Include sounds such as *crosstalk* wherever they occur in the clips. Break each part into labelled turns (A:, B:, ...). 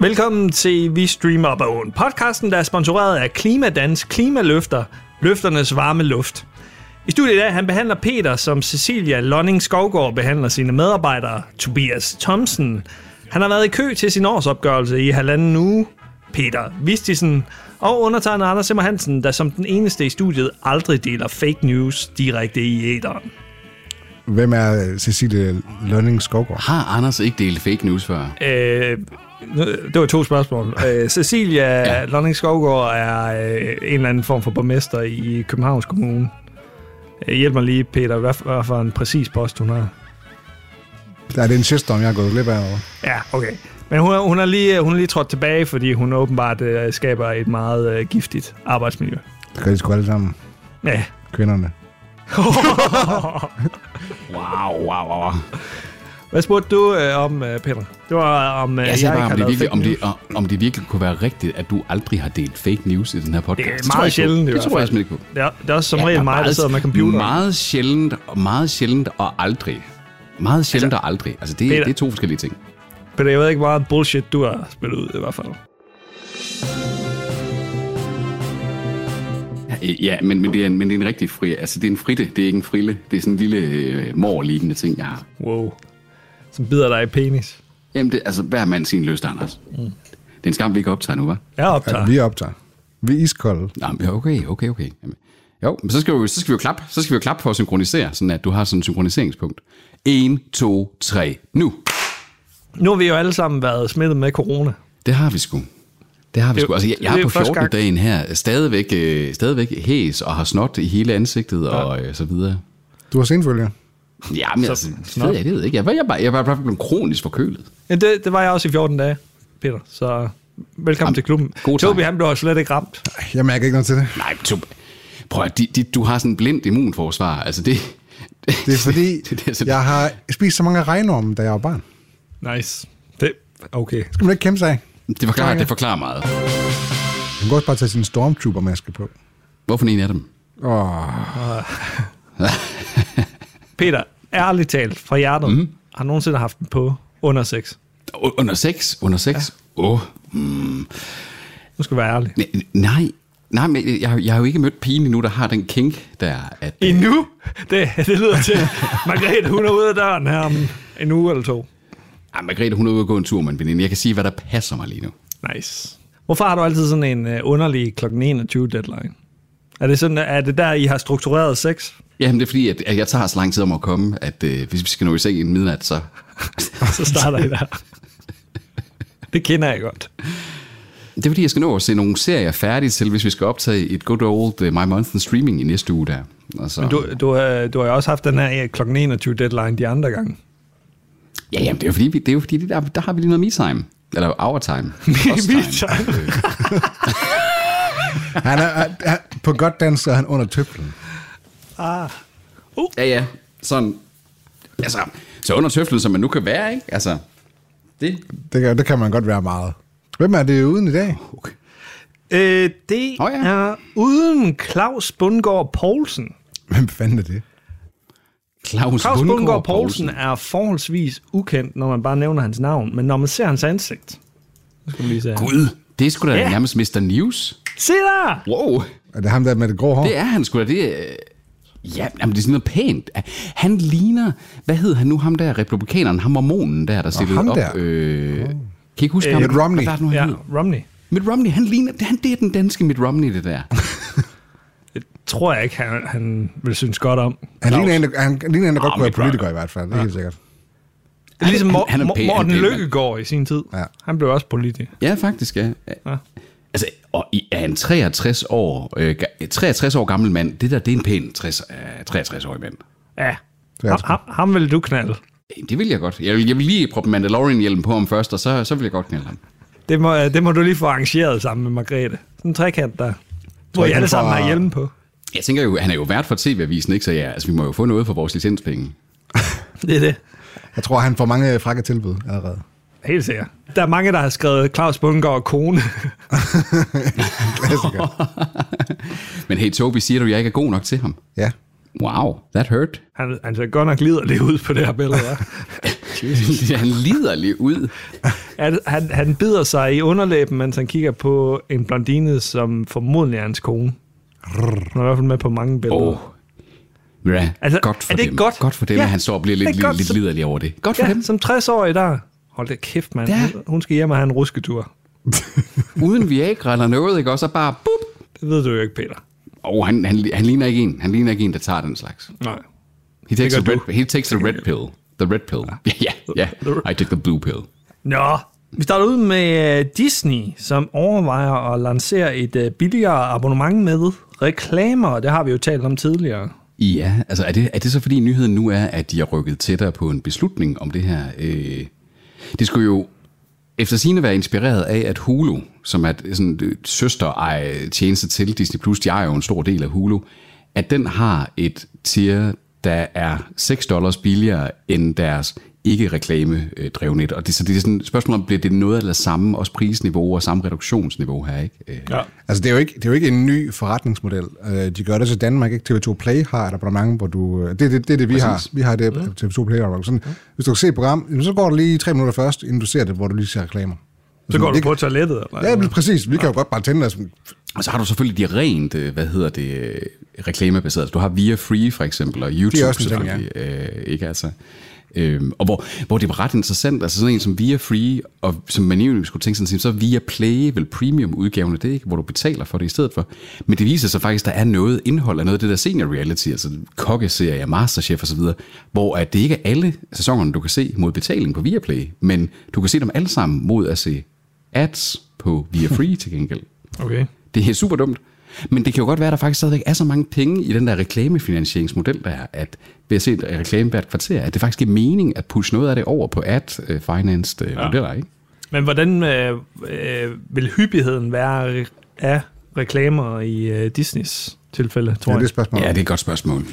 A: Velkommen til Vi Streamer på Åen. Podcasten, der er sponsoreret af Klimadans Klimaløfter, løfternes varme luft. I studiet i dag, han behandler Peter, som Cecilia Lonning Skovgaard behandler sine medarbejdere, Tobias Thomsen. Han har været i kø til sin årsopgørelse i halvanden uge, Peter Vistisen, og undertegnet Anders Simmer Hansen, der som den eneste i studiet aldrig deler fake news direkte i æderen.
B: Hvem er øh, Cecilie Lønning Skovgaard?
C: Har Anders ikke delt fake news før?
A: Øh, nu- det var to spørgsmål. Øh, Cecilia ja. Lonning Skovgaard er øh, en eller anden form for borgmester i Københavns Kommune. Øh, hjælp mig lige, Peter. Hvad, for- hvad for en præcis post hun har?
B: Der er det en shitstorm, jeg er gået glip af over.
A: Ja, okay. Men hun, er- hun, er lige, hun er lige trådt tilbage, fordi hun åbenbart øh, skaber et meget øh, giftigt arbejdsmiljø.
B: Det gør de sgu alle sammen,
A: Ja.
B: kvinderne.
C: Wow, wow, wow.
A: *laughs* Hvad spurgte du øh, om, øh, Peter? Det var om, øh,
C: Jeg siger bare, om det,
A: lavet
C: virkelig,
A: fake
C: om, det,
A: news.
C: og- om det virkelig kunne være rigtigt, at du aldrig har delt fake news i den her podcast.
A: Det er
C: tror
A: meget
C: jeg ikke på.
A: sjældent i
C: Det
A: hvert
C: tror jeg
A: fald.
C: simpelthen ikke på.
A: Det er, det er også som regel
C: Ja,
A: mig, der
C: meget-
A: sidder med computeren.
C: Meget sjældent, og meget sjældent og aldrig. Meget sjældent og aldrig. Altså, det,
A: Peter-
C: det er to forskellige ting.
A: Peter, jeg ved ikke, hvor meget bullshit du har spillet ud i hvert fald.
C: Øh, Ja, men, men, det, er en, men det er en rigtig fri... Altså, det er en fritte, det er ikke en frille. Det er sådan en lille øh, mor-lignende ting, jeg har.
A: Wow. Som bider dig i penis.
C: Jamen, det, altså, hver mand sin lyst, Anders. Det
A: Mm.
C: er en skam, vi ikke optager nu, hva'?
A: Jeg
B: Ja,
A: optager.
B: vi optager. Vi er iskolde.
C: Nå, men okay, okay, okay. Jamen, jo, men så skal, vi, jo- så skal vi jo klappe. Så skal vi jo klappe for at synkronisere, sådan at du har sådan et synkroniseringspunkt. 1, 2, 3, nu.
A: Nu har vi jo alle sammen været smittet med corona.
C: Det har vi sgu. Det har vi
A: Det-
C: sgu. Altså, jeg, jeg
A: det
C: er
A: er
C: på
A: første
C: 14.
A: gang.
C: dagen her stadigvæk, øh, stadigvæk hæs og har snot i hele ansigtet og øh, så videre.
B: Du har senfølger.
C: Ja, men
A: Så-
C: altså, det
A: snot.
C: ved jeg, det ved jeg ikke. Jeg var, jeg var, jeg var i hvert fald blevet kronisk forkølet.
A: Ja, det, det var jeg også i 14 dage, Peter. Så velkommen Jamen, til klubben.
C: god
A: Tobi,
C: tanke.
A: han blev slet ikke ramt.
B: Jeg mærker ikke noget til det.
C: Nej, men du, prøv at, de, de, du har sådan en blind immunforsvar. Altså, det... *laughs*
B: Det er fordi,
C: det er sådan-
B: jeg har spist så mange regnorme, da jeg var barn.
A: Nice. Det, okay.
B: Det skal man ikke kæmpe sig af.
C: Det forklarer, det forklarer meget.
B: Man kan også bare tage sin stormtrooper-maske på.
C: Hvorfor en af dem?
B: Åh,
A: Peter, ærligt talt fra hjertet, mm. har nogensinde haft den på under 6.
C: U- Under 6? Under 6? Åh. Ja. Oh.
A: Nu skal du være ærlig.
C: Nej, nej, men jeg, har- jeg har jo ikke mødt pigen endnu, der har den kink der. At, øh,
A: Endnu? Det, *laughs* det lyder til, Margrethe, hun er ude af døren her om en uge eller to.
C: ah, Margrethe, hun er ude og gå en tur med en veninde. Jeg kan sige, hvad der passer mig lige nu.
A: Nice. Hvorfor har du altid sådan en øh, underlig kl. 21 deadline? Er det, sådan, er det der, I har struktureret sex?
C: Jamen, det er fordi, at, at jeg tager så lang tid om at komme, at øh, hvis vi skal nå i seng inden midnat, så...
A: Så starter I der. Det kender jeg godt.
C: Det er fordi, jeg skal nå at se nogle serier færdige til, hvis vi skal optage et good old uh, My Month in Streaming i næste uge der. Og så,
A: Du, du, øh, du har jo også haft den her øh, kl. 21 deadline de andre gange.
C: Ja, jamen, det er jo fordi, vi, det er jo fordi det der, der har vi lige noget me-time. Eller our *laughs* time. Us time.
A: Me-time.
C: Øh,
B: han er, han, på godt dansk er han under tøflen.
C: Ja, ja. Sådan. Altså, så under tøflen, som man nu kan være, ikke? Altså, det...
B: Det kan, det kan man godt være meget. Hvem er det uden i dag?
C: Okay.
A: Øh, det
C: Nå
A: oh,
C: ja.
A: ja. er uden Claus Bundgaard Poulsen.
B: Hvem fanden er det?
C: Claus,
A: Claus Bundgaard Poulsen er forholdsvis ukendt, når man bare nævner hans navn, men når man ser hans ansigt... Nu skal vi lige se. her.
C: Gud, det er sgu da
A: Ja.
C: ja. nærmest Mr. News.
A: Se der!
C: Wow.
B: Er det ham der med det grå hår?
C: Det er han sgu da, det... er- øh, Ja, jamen, det er sådan noget pænt. Han ligner... Hvad hed han nu, ham der, republikaneren, ham mormonen der, der stillede
B: ham
C: op...
B: der.
C: Øh, kan I ikke huske
A: Øh,
C: ham?
B: Mitt Romney.
C: Hvad var det nu, han
A: Ja,
C: hed?
A: Romney.
C: Mitt Romney, han ligner... Det, han, det er den danske Mitt Romney, det der.
A: Det tror jeg ikke, han, han vil synes godt om.
B: Han
A: Claus.
B: ligner en, der- han ligner en, der godt
C: Ah,
B: kunne
C: mit
B: være politiker i hvert fald. Det er helt sikkert.
A: Det er ligesom
C: Han-
A: Mor-
C: han er
A: Mor-
C: pæn,
A: Morten
C: han er pæn, mand.
A: Lykkegaard i sin tid.
B: Ja.
A: Han blev også politiker.
C: ja, faktisk, ja.
A: Ja.
C: Altså, og i, er en 63 år, øh, ga- 63 år gammel mand, det der, det er en pæn 60, øh, 63-årig mand.
A: Ja.
B: er
A: Ham,
B: sgu.
A: ham, ham vil du knalde.
C: Det vil jeg godt. Jeg vil, jeg vil lige proppe Mandalorian-hjelmen på ham først, og så, så vil jeg godt knalde ham.
A: Det må, øh, det må du lige få arrangeret sammen med Margrethe. Sådan en trekant der. Hvor I
B: Trekant
A: alle sammen
B: fra-
A: har hjelm
C: *laughs*
A: på.
C: Jeg tænker jo, han er jo vært for TV-avisen, ikke? Så ja, altså, vi må jo få noget for vores licenspenge. *laughs*
A: Det er det.
B: Jeg tror, han får mange frakke tilbud allerede.
A: Helt sikkert. Der er mange, der har skrevet Claus Bundgaard kone. *laughs*
B: Klassiker.
C: Men hey, Tobi, siger du, jeg ikke er god nok til ham?
B: Ja.
C: Wow, that hurt. *laughs*
A: Han, han ser godt nok lider det ud på det her billede. Ja.
C: han lider lige ud.
A: At han, han bider sig i underlæben, mens han kigger på en blondine, som formodentlig er hans kone. Hun er i hvert fald med på mange billeder.
C: Åh.
A: Oh.
C: Ja,
A: Altså,
C: godt for
A: er det
C: dem.
A: ikke godt?
C: godt for dem,
A: Ja,
C: at han står og bliver
A: det er
C: lidt,
A: godt,
C: lidt, lidt
A: så-
C: liderlig over det. Godt for
A: Ja,
C: dem.
A: som 60-årig der. Hold da kæft, mand.
C: Ja.
A: Hun, hun skal hjem og have en rusketur.
C: Uden Viagra eller noget, ikke? Og så bare... Bup.
A: Det ved du jo ikke, Peter.
C: Oh, han, han, han, ligner ikke en. Han ligner ikke en, der tager den slags.
A: Nej.
C: He takes,
A: gør
C: a
A: du.
C: red, he takes the red pill. The red pill. Ja, *laughs* ja. I took the blue pill.
A: Nå, vi starter ud med øh, Disney, som overvejer at lancere et øh, billigere abonnement med reklamer. Det har vi jo talt om tidligere.
C: Ja, altså er det, er det så fordi nyheden nu er, at de har rykket tættere på en beslutning om det her? Øh, det skulle jo efter sine være inspireret af, at Hulu, som er et- sådan et søster tjeneste til Disney+, Plus, de er jo en stor del af Hulu, at den har et tier, der er 6 dollars billigere end deres ikke reklame øh, drevnet. Og det, så det er sådan et spørgsmål om, bliver det noget eller samme, også prisniveau og samme reduktionsniveau her, ikke? Øh,
A: Ja.
B: Altså, det er, jo ikke, det er jo ikke en ny forretningsmodel. Øh, De gør det til Danmark, ikke? TV2 Play har et abonnement, hvor du... øh, Det er det, det, er det vi har. Vi har
A: Mm.
B: det TV2 Play abonnement. Sådan, Hvis du kan se et program, jamen, så går du lige tre minutter først, inden du ser det, hvor du lige ser reklamer.
A: Så går du
B: Det-
A: på toilettet? Eller?
B: Ja, men præcis. Vi kan jo godt bare tænde os.
C: Og så har du selvfølgelig de rent, øh, hvad hedder det, øh, reklamebaserede. Du har Via Free for eksempel, og YouTube
B: Det er også en ting,
C: selvfølgelig. Øh, ikke altså. Øhm, og hvor, hvor det var ret interessant, altså sådan en som Via Free, og som man egentlig skulle tænke sådan, så er Via Play, vel premium udgaven af det, ikke? hvor du betaler for det i stedet for. Men det viser sig faktisk, der er noget indhold af noget af det der senior reality, altså kokkeserier, masterchef osv., hvor at det ikke er alle sæsonerne, du kan se mod betaling på Via Play, men du kan se dem alle sammen mod at se ads på Via
B: *laughs*
C: Free til gengæld.
A: Okay.
C: Det er super dumt. Men det kan jo godt være, at der faktisk stadigvæk er så mange penge i den der reklamefinansieringsmodel, der er, at ved at se et reklame hvert kvarter, at det faktisk giver mening at pushe noget af det over på ad-financed ja. øh, modeller, ikke?
A: Men hvordan øh, øh, vil hyppigheden være af reklamer i øh, Disneys tilfælde, tror
B: Ja, det er
A: jeg?
B: et spørgsmål.
C: Ja, det er et godt spørgsmål.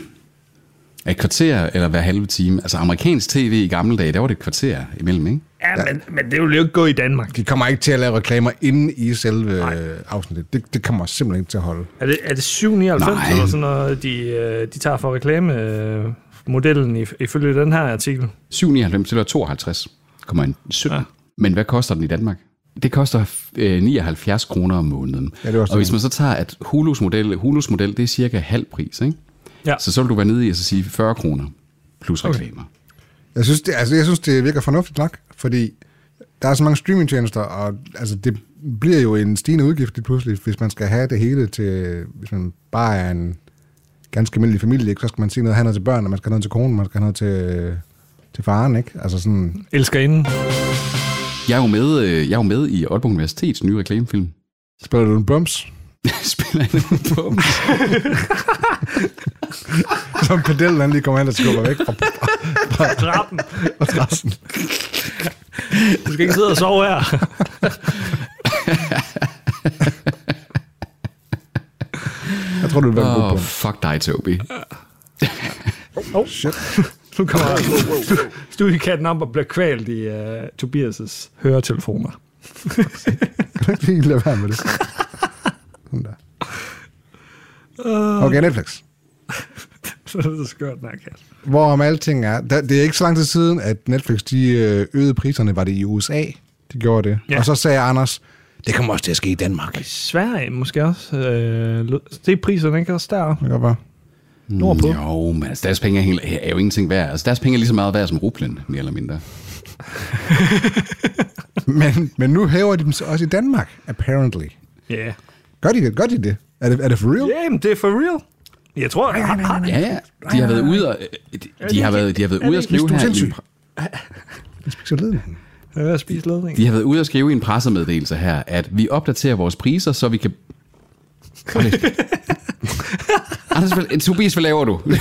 C: Et kvarter eller hver halve time. Altså amerikansk tv i gamle dage, der var det et kvarter imellem, ikke?
A: Ja, men, men det vil jo ikke gå i Danmark.
B: De kommer ikke til at lave reklamer inde i selve Nej. afsnittet. Det, det kommer simpelthen ikke til at holde.
A: Er det, er det 799
C: Nej.
A: eller sådan noget, de, øh, de tager for reklamemodellen if- ifølge den her artikel?
C: 7,99 eller 52, kommer en 17. Ja. Men hvad koster den i Danmark? Det koster øh, 79 kroner om måneden.
B: Ja, det er også
C: og hvis
B: det.
C: man så tager, at Hulus model, Hulus model det er cirka halv pris, ikke?
A: Ja.
C: Så så vil du være nede i at så sige 40 kroner plus reklamer. Okay.
B: Jeg synes, det, altså, jeg synes, det virker fornuftigt nok, fordi der er så mange streamingtjenester, og altså, det bliver jo en stigende udgift lige pludselig, hvis man skal have det hele til, hvis man bare er en ganske almindelig familie, ikke? så skal man sige noget, han til børn, og man skal have noget til konen, man skal have noget til, til faren, ikke? Altså sådan,
A: Elsker inden.
C: Jeg, er jo med, øh, jeg er jo med i Aalborg Universitets nye reklamefilm. *laughs*
B: spiller du en bums? *laughs*
C: Spiller han på
B: Som pedellen han lige kommer hen og skubber væk fra, fra,
A: Trappen.
B: fra træsen.
A: Du skal ikke sidde og sove her.
B: Jeg tror, du vil være en god
C: Åh, oh,
B: bums.
C: fuck dig, Toby.
A: Oh.
B: *laughs*
A: Shit. Nu kommer altså studiekatten op og bliver kvalt i uh, Tobias' høretelefoner. *laughs*
B: Kan du ikke lige lade være med det? Sådan der. Okay, Netflix.
A: Så er det skørt nok, ja.
B: Hvorom alting er, der, det er ikke så lang tid siden, at Netflix de øh, øgede priserne, var det i USA, de gjorde det.
A: Ja.
B: Ja. Og så sagde Anders, det kommer også til at ske i Danmark. Det
A: Sverige måske også. Øh, lød- det er priserne ikke også der.
B: kan godt være.
A: Nordpå.
C: Mm, Jo, men altså, deres penge er, helt, er jo ingenting værd. Altså, deres penge er lige så meget værd som rublen, mere eller mindre.
B: Men, men nu hæver de dem så også i Danmark, apparently.
A: Ja.
B: Gør de det? Gør de det? Er det, er det for real?
A: Jamen, det er for real. Jeg tror, nej, nej, nej, nej.
C: Ja, ja. De har været ude og, øh, de, de har været, de har været ude at skrive
B: Hvis du er
C: her i
B: sindssyg.
C: en
B: Jeg spiser ledningen.
A: Jeg er ved at spise ledning. *laughs*
C: De har været ude og skrive i en pressemeddelelse her, at vi opdaterer vores priser, så vi kan... Hold lidt. Anders, hvad, Tobias, hvad laver du?
B: Det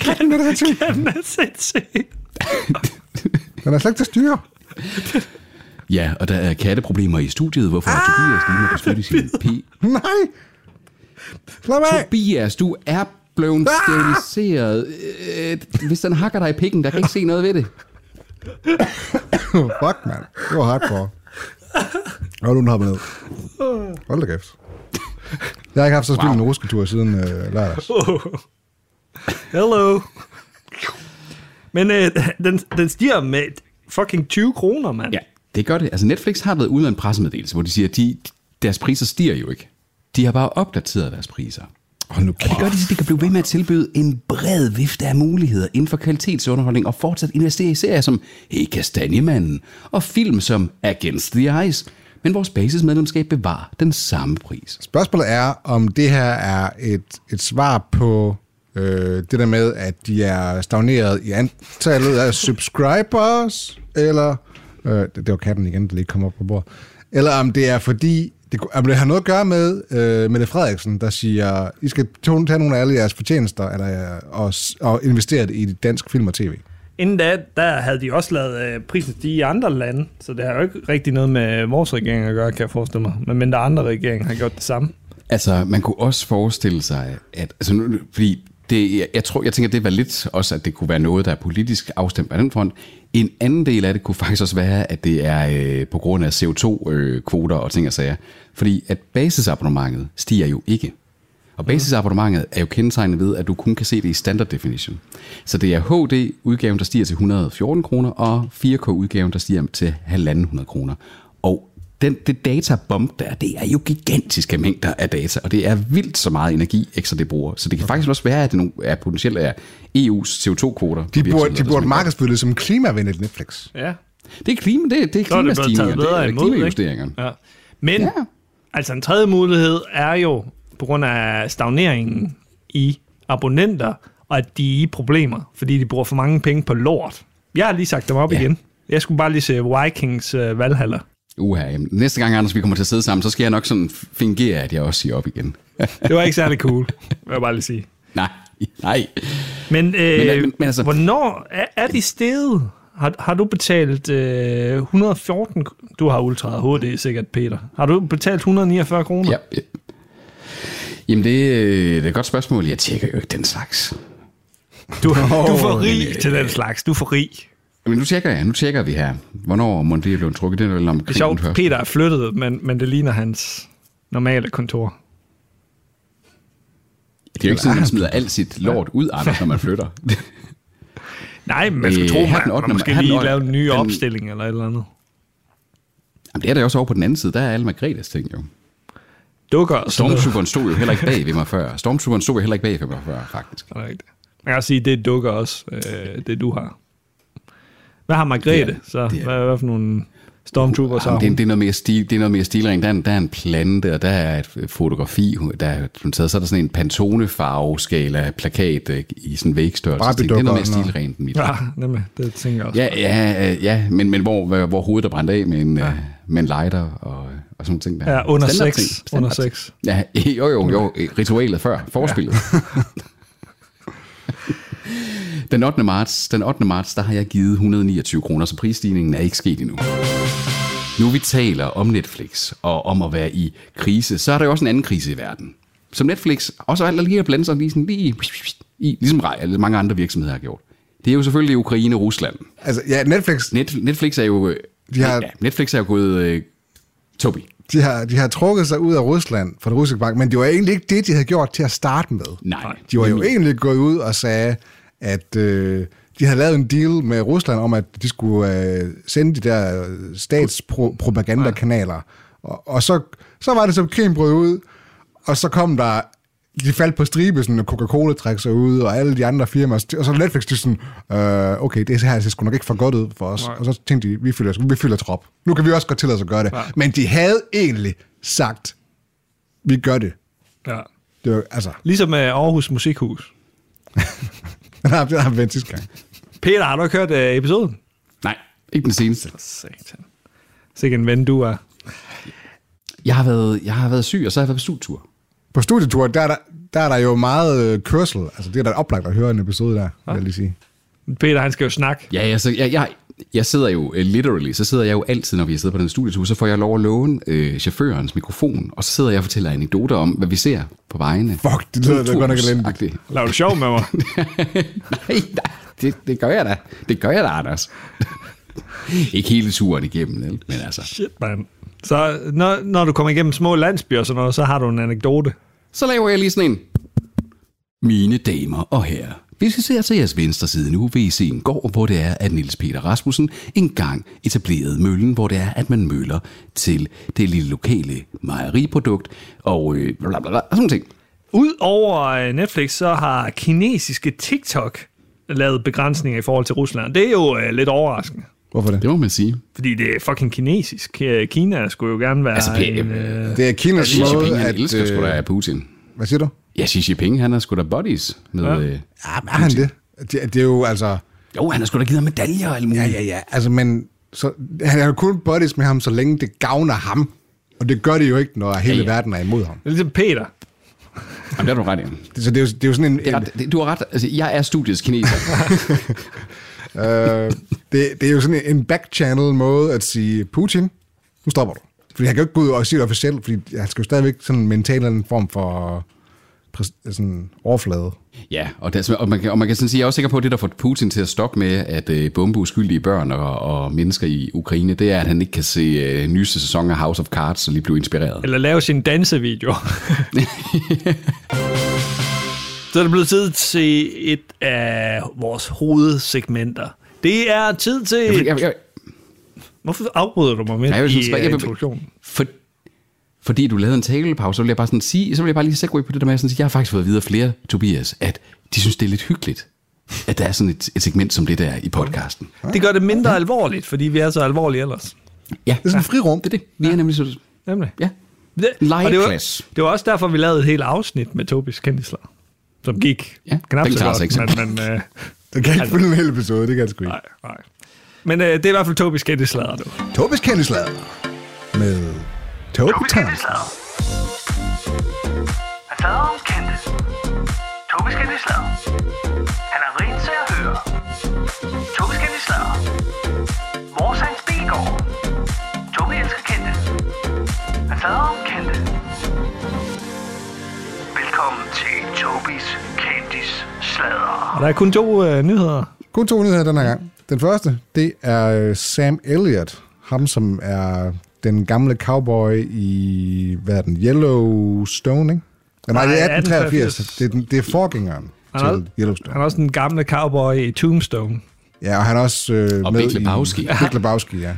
B: kan den, det der til.
A: Jamen, det er sindssygt.
B: Den er slet ikke til styre.
C: ja, og der er katteproblemer i studiet, hvorfor ah! Tobias lige må beslutte sin p...
B: Nej! Slap af! *laughs*
C: Tobias, du er blevet
B: Ah!
C: steriliseret. Øh, hvis den hakker dig i pikken, der kan ikke se noget ved det.
B: Fuck, mand. Det var hardcore. Og nu hopper ned. Hold da kæft. Jeg har ikke haft så spillet wow.
A: *laughs*
B: en rusketur siden øh, lørdags.
A: Oh. Hello. Men øh, den, den stiger med fucking 20 kroner, mand.
C: Ja, det gør det. Altså Netflix har været ude med en pressemeddelelse, hvor de siger, at de, deres priser stiger jo ikke. De har bare opdateret deres priser.
B: Hold nu
C: Og det gør de, så de kan blive ved med at tilbyde en bred vifte af muligheder inden for kvalitetsunderholdning og fortsat investere i serier som Hey Kastanjemanden og film som Against the Ice. Men vores basismedlemskab bevarer den samme pris.
B: Spørgsmålet er, om det her er et, et svar på øh, det der med, at de er stagneret i antallet af subscribers, eller... Øh, det, det var katten igen, der lige kom op på bordet. Eller om det er fordi... Det, kunne- om det har noget at gøre med øh, Mette Frederiksen, der siger, I skal to- tage nogle af alle jeres fortjenester eller, øh, og, s- og investere det i dansk film og tv.
A: Inden da, der havde de også lavet øh, prisen stige i andre lande, så det har jo ikke rigtig noget med vores regering at gøre, kan jeg forestille mig. Men mindre andre regeringer har gjort det samme.
C: Altså, man kunne også forestille sig, at... Altså, nu, fordi det, jeg, jeg, tror, jeg tænker, det var lidt også, at det kunne være noget, der er politisk afstemt på den front. En anden del af det kunne faktisk også være, at det er øh, på grund af CO2-kvoter øh, og ting og sager. Fordi at basisabonnementet stiger jo ikke. Og basisabonnementet er jo kendetegnet ved, at du kun kan se det i standard definition. Så det er HD-udgaven, der stiger til 114 kroner, og 4K-udgaven, der stiger til 1.500 kroner. Og den, det databomb der, det er jo gigantiske mængder af data, og det er vildt så meget energi, ekstra det bruger. Så det kan faktisk også være, at det nogle, er potentielt er E EU's CO2-kvoter.
B: De burde, de burde markedsføre det som klimavenligt Netflix.
A: Ja.
C: Det er, klima, det, det er
A: Så er det blevet
C: klimastigninger,
A: taget
C: det,
A: bedre
C: er
A: imod,
C: klimajusteringer.
A: ikke? Ja. Men,
C: Ja.
A: ja. altså en tredje mulighed er jo, på grund af stagneringen i abonnenter, og at de er i problemer, fordi de bruger for mange penge på lort. Jeg har lige sagt dem op
C: Ja.
A: ja. igen. Jeg skulle bare lige se Vikings øh, Valhalla.
C: Uha, jamen, næste gang, Anders, vi kommer til at sidde sammen, så skal jeg nok sådan fingere, at jeg også siger op igen. *laughs*
A: Det var ikke særlig cool, vil jeg bare lige sige.
C: nej, nej.
A: Men, øh, men,
C: Men, men,
A: men,
C: men altså-
A: altså, hvornår er, er de steget? Har, har du betalt øh, 114... kr- Du har Ultra HD sikkert, Peter. Har du betalt 149 kroner?
C: Ja. ja. Jamen, det, øh, det er et godt spørgsmål. Jeg tjekker jo ikke den slags.
A: Du, du er for
B: Åh,
A: rig til
C: øh,
A: den slags. Du er for rig.
C: Men nu tjekker jeg. Nu tjekker vi her. Hvornår må det er blevet trukket? Det er vel om
A: Det er
C: krigen
A: sjovt,
C: først.
A: Peter er flyttet, men, men det ligner hans normale kontor.
C: Det er jo ikke sådan, at man smider alt sit lort ud, Anders, når man flytter.
A: Nej, men man skal
C: Øh,
A: tro, man,
C: her den
A: man,
C: ottende-
A: måske
C: her den
A: lige
C: ottende-
A: lave en ny
C: den-
A: opstilling eller et eller andet.
C: *laughs* Jamen, det er der jo også over på den anden side. Der er alle Margrethes ting jo.
A: Dukker og sådan noget.
C: Stormtrooperen stod jo heller ikke bag ved mig før. Stormtrooperen stod jo heller ikke bag ved mig før, faktisk.
A: Er det rigtigt? Man kan også sige, det dukker også, øh, det du har. Hvad har Margrethe?
C: Det er-
A: så
C: det er-
A: hvad, hvad for nogle stormtroopers har hun?
C: Jamen, det, er- det, er noget mere stil, det er noget mere stilring. Der er, en, der er en plante, og der er et fotografi, hun- der er hun taget. Så er der sådan en pantonefarveskala plakat øh, i sådan en vægstørrelse. Jeg tænkte, Det er noget mere
B: Barbie-dukker og-
C: stilrent end mit.
A: Ja, nemlig. Det tænker jeg også.
C: Ja, ja, øh, ja men, men hvor, hvor- hvor hovedet er brændt af med en, ja. med en lighter og, øh, og sådan nogle ting. Der.
A: Ja, under
C: Standard
A: sex.
C: ting. Standard
A: Under
C: ting.
A: sex.
C: Ja, *laughs* jo, jo, jo. Ritualet før.
A: *laughs*
C: Forspillet. den 8. marts, den 8. marts, der har jeg givet 129 kroner, så prisstigningen er ikke sket endnu. Nu vi taler om Netflix og om at være i krise, så er der jo også en anden krise i verden. Som Netflix også alt lige at blande sig lige, sådan, lige i, ligesom rej- eller mange andre virksomheder har gjort. Det er jo selvfølgelig Ukraine og Rusland.
B: Altså, ja, Netflix,
C: Net, Netflix er jo... øh,
B: De har-
C: ja, Netflix er jo gået... Øh, Tobi.
B: de har, de har trukket sig ud af Rusland fra det russiske bank, men det var egentlig ikke det, de havde gjort til at starte med.
C: Nej.
B: De var jo egentlig gået ud og sagde, at øh, de havde lavet en deal med Rusland om, at de skulle øh, sende de der øh, statspropagandakanaler. Og, og så, så var det som krigen brød ud, og så kom der de faldt på stribe, sådan, og Coca-Cola trak sig ud, og alle de andre firmaer, og så Netflix, de sådan, øh, okay, det her ser sgu nok ikke for godt ud for os. Nej. Og så tænkte de, vi fylder, vi fylder trop. Nu kan vi også godt tillade os at gøre det.
A: Ja.
B: Men de havde egentlig sagt, vi gør det.
A: Ja.
B: Det var, altså, *laughs*
A: Ligesom med Aarhus Musikhus.
B: det har vi vendt sidste gang.
A: Peter, har du ikke hørt øh, episoden?
C: Nej, ikke den seneste.
A: Satan. Sikke en ven, du er.
C: Jeg har været, jeg har været syg, og så har jeg været på studietur.
B: På studietur, der er der, der, er der jo meget øh, kørsel. Altså, det er da oplagt at høre en episode der, vil jeg lige sige.
A: Peter, han skal jo snakke.
C: Ja, jeg, så, jeg, jeg, jeg sidder jo, øh, literally, så sidder jeg jo altid, når vi sidder på den studietur, så får jeg lov at låne øh, chaufførens mikrofon, og så sidder jeg og fortæller anekdoter om, hvad vi ser på vejene.
B: Fuck, det lyder da godt nok elendigt.
C: Agtigt.
A: Lav du sjov med mig?
C: Nej, nej, det, det gør jeg da. Det gør jeg da, Anders. *laughs* ikke hele turen igennem, vel? men altså.
A: Shit, man. Så når, når du kommer igennem små landsbyer og sådan noget, så har du en anekdote.
C: Så laver jeg lige sådan en. Mine damer og herrer, Hvis I ser til jeres venstre side nu, vil I se en gård, hvor det er, at Niels Peter Rasmussen engang etablerede møllen, hvor det er, at man møller til det lille lokale mejeriprodukt og øh, blablabla, og sådan nogle ting.
A: Udover øh, Netflix, så har kinesiske TikTok lavet begrænsninger i forhold til Rusland. Det er jo øh, lidt overraskende,
B: Hvorfor det?
C: Det må man sige.
A: fordi det er fucking kinesisk. Øh, Kina skulle jo gerne være
C: Altså, det-
A: en... Øh,
B: Det er Kinas
C: Xi
B: måde
C: Jinping, han
B: at...
C: elsker sgu
B: øh,
C: da Putin.
B: Hvad siger du?
C: Ja, Xi Jinping, han har sgu da buddies med... Ja. Øh,
B: Ja, men er han det? det? Det er jo altså...
C: jo, han har sgu da givet ham medaljer og alt muligt.
B: Ja, ja, ja. Altså, men så, han er jo kun buddies med ham, så længe det gavner ham. Og det gør det jo ikke, når hele
C: Ja, ja.
B: verden er imod ham.
A: det er ligesom Peter.
C: Jamen, det har du ret i.
B: Det- Så det er jo, det er jo sådan en...
C: Det er
B: en
C: ret, det, du har ret. Altså, jeg er studiets kineser.
B: øh, det, det er jo sådan en backchannel måde at sige, Putin, nu stopper du. Fordi han kan jo ikke gå ud og sige det officielt, fordi han skal jo stadigvæk sådan mentalt have en form for præs- sådan overflade.
C: ja, og, det, er- og, man kan, og man kan sådan sige, jeg er også sikker på, at det, der får Putin til at stoppe med at øh, bombe uskyldige børn og, og mennesker i Ukraine, det er, at han ikke kan se øh, nyeste sæson af House of Cards og lige blive inspireret.
A: Eller lave sin dansevideo.
C: *laughs*
A: Så er det blevet tid til et af vores hovedsegmenter. Det er tid
C: Jeg,
A: til...
C: jeg, jeg,
A: Hvorfor afbryder du mig med
C: jeg, vil sådan-
A: i
C: jeg,
A: øh,
C: vil-
A: introduktionen?
C: for, fordi du lavede en talepause, så vil jeg bare sådan sige, så vil jeg bare lige segway på det der med, at sådan sige, jeg har faktisk fået videre af flere, Tobias, at de synes, det er lidt hyggeligt, at der er sådan et, et segment som det der i podcasten.
A: Det gør det mindre alvorligt, fordi vi er så alvorlige ellers.
C: Ja,
B: Det er sådan et frirum.
C: det er det. Vi er nemlig så...
A: Nemlig.
C: Ja.
A: Det, og det, var,
C: Legeplads.
A: det var også derfor, vi lavede et helt afsnit med Tobis kendisler, som gik
C: Ja,
A: knap
C: den
A: så
C: klarer sig
A: godt,
C: ikke så
A: men, men øh,
B: Det kan ikke fylde en hel episode, det kan jeg sgu ikke.
A: nej, nej. Men øh, det er i hvert fald Tobis kendisler nu.
B: Tobis kendeslader med Tobi Tans.
D: Han fader om kendte. Tobis kendte slader. Han er rent til at høre. Tobis kendte slader. Vores Hans Bilgaard. Tobi elsker kendte. Han fader om kendte. Velkommen til Tobis kendtis slader.
A: Og der er kun to øh, nyheder.
B: Kun to nyheder den her gang. Den første, det er øh, Sam Elliott. Ham, som er den gamle cowboy i, hvad er den, Yellowstone, ikke? Nej, Nej det er 1883. Det er, den, det er forgængeren
A: Han er-
B: til Yellowstone.
A: Han er også den gamle cowboy i Tombstone.
B: Ja, og han er også øh,
C: Og
B: med
C: Big Lebowski.
B: i... Big Lebowski. ja.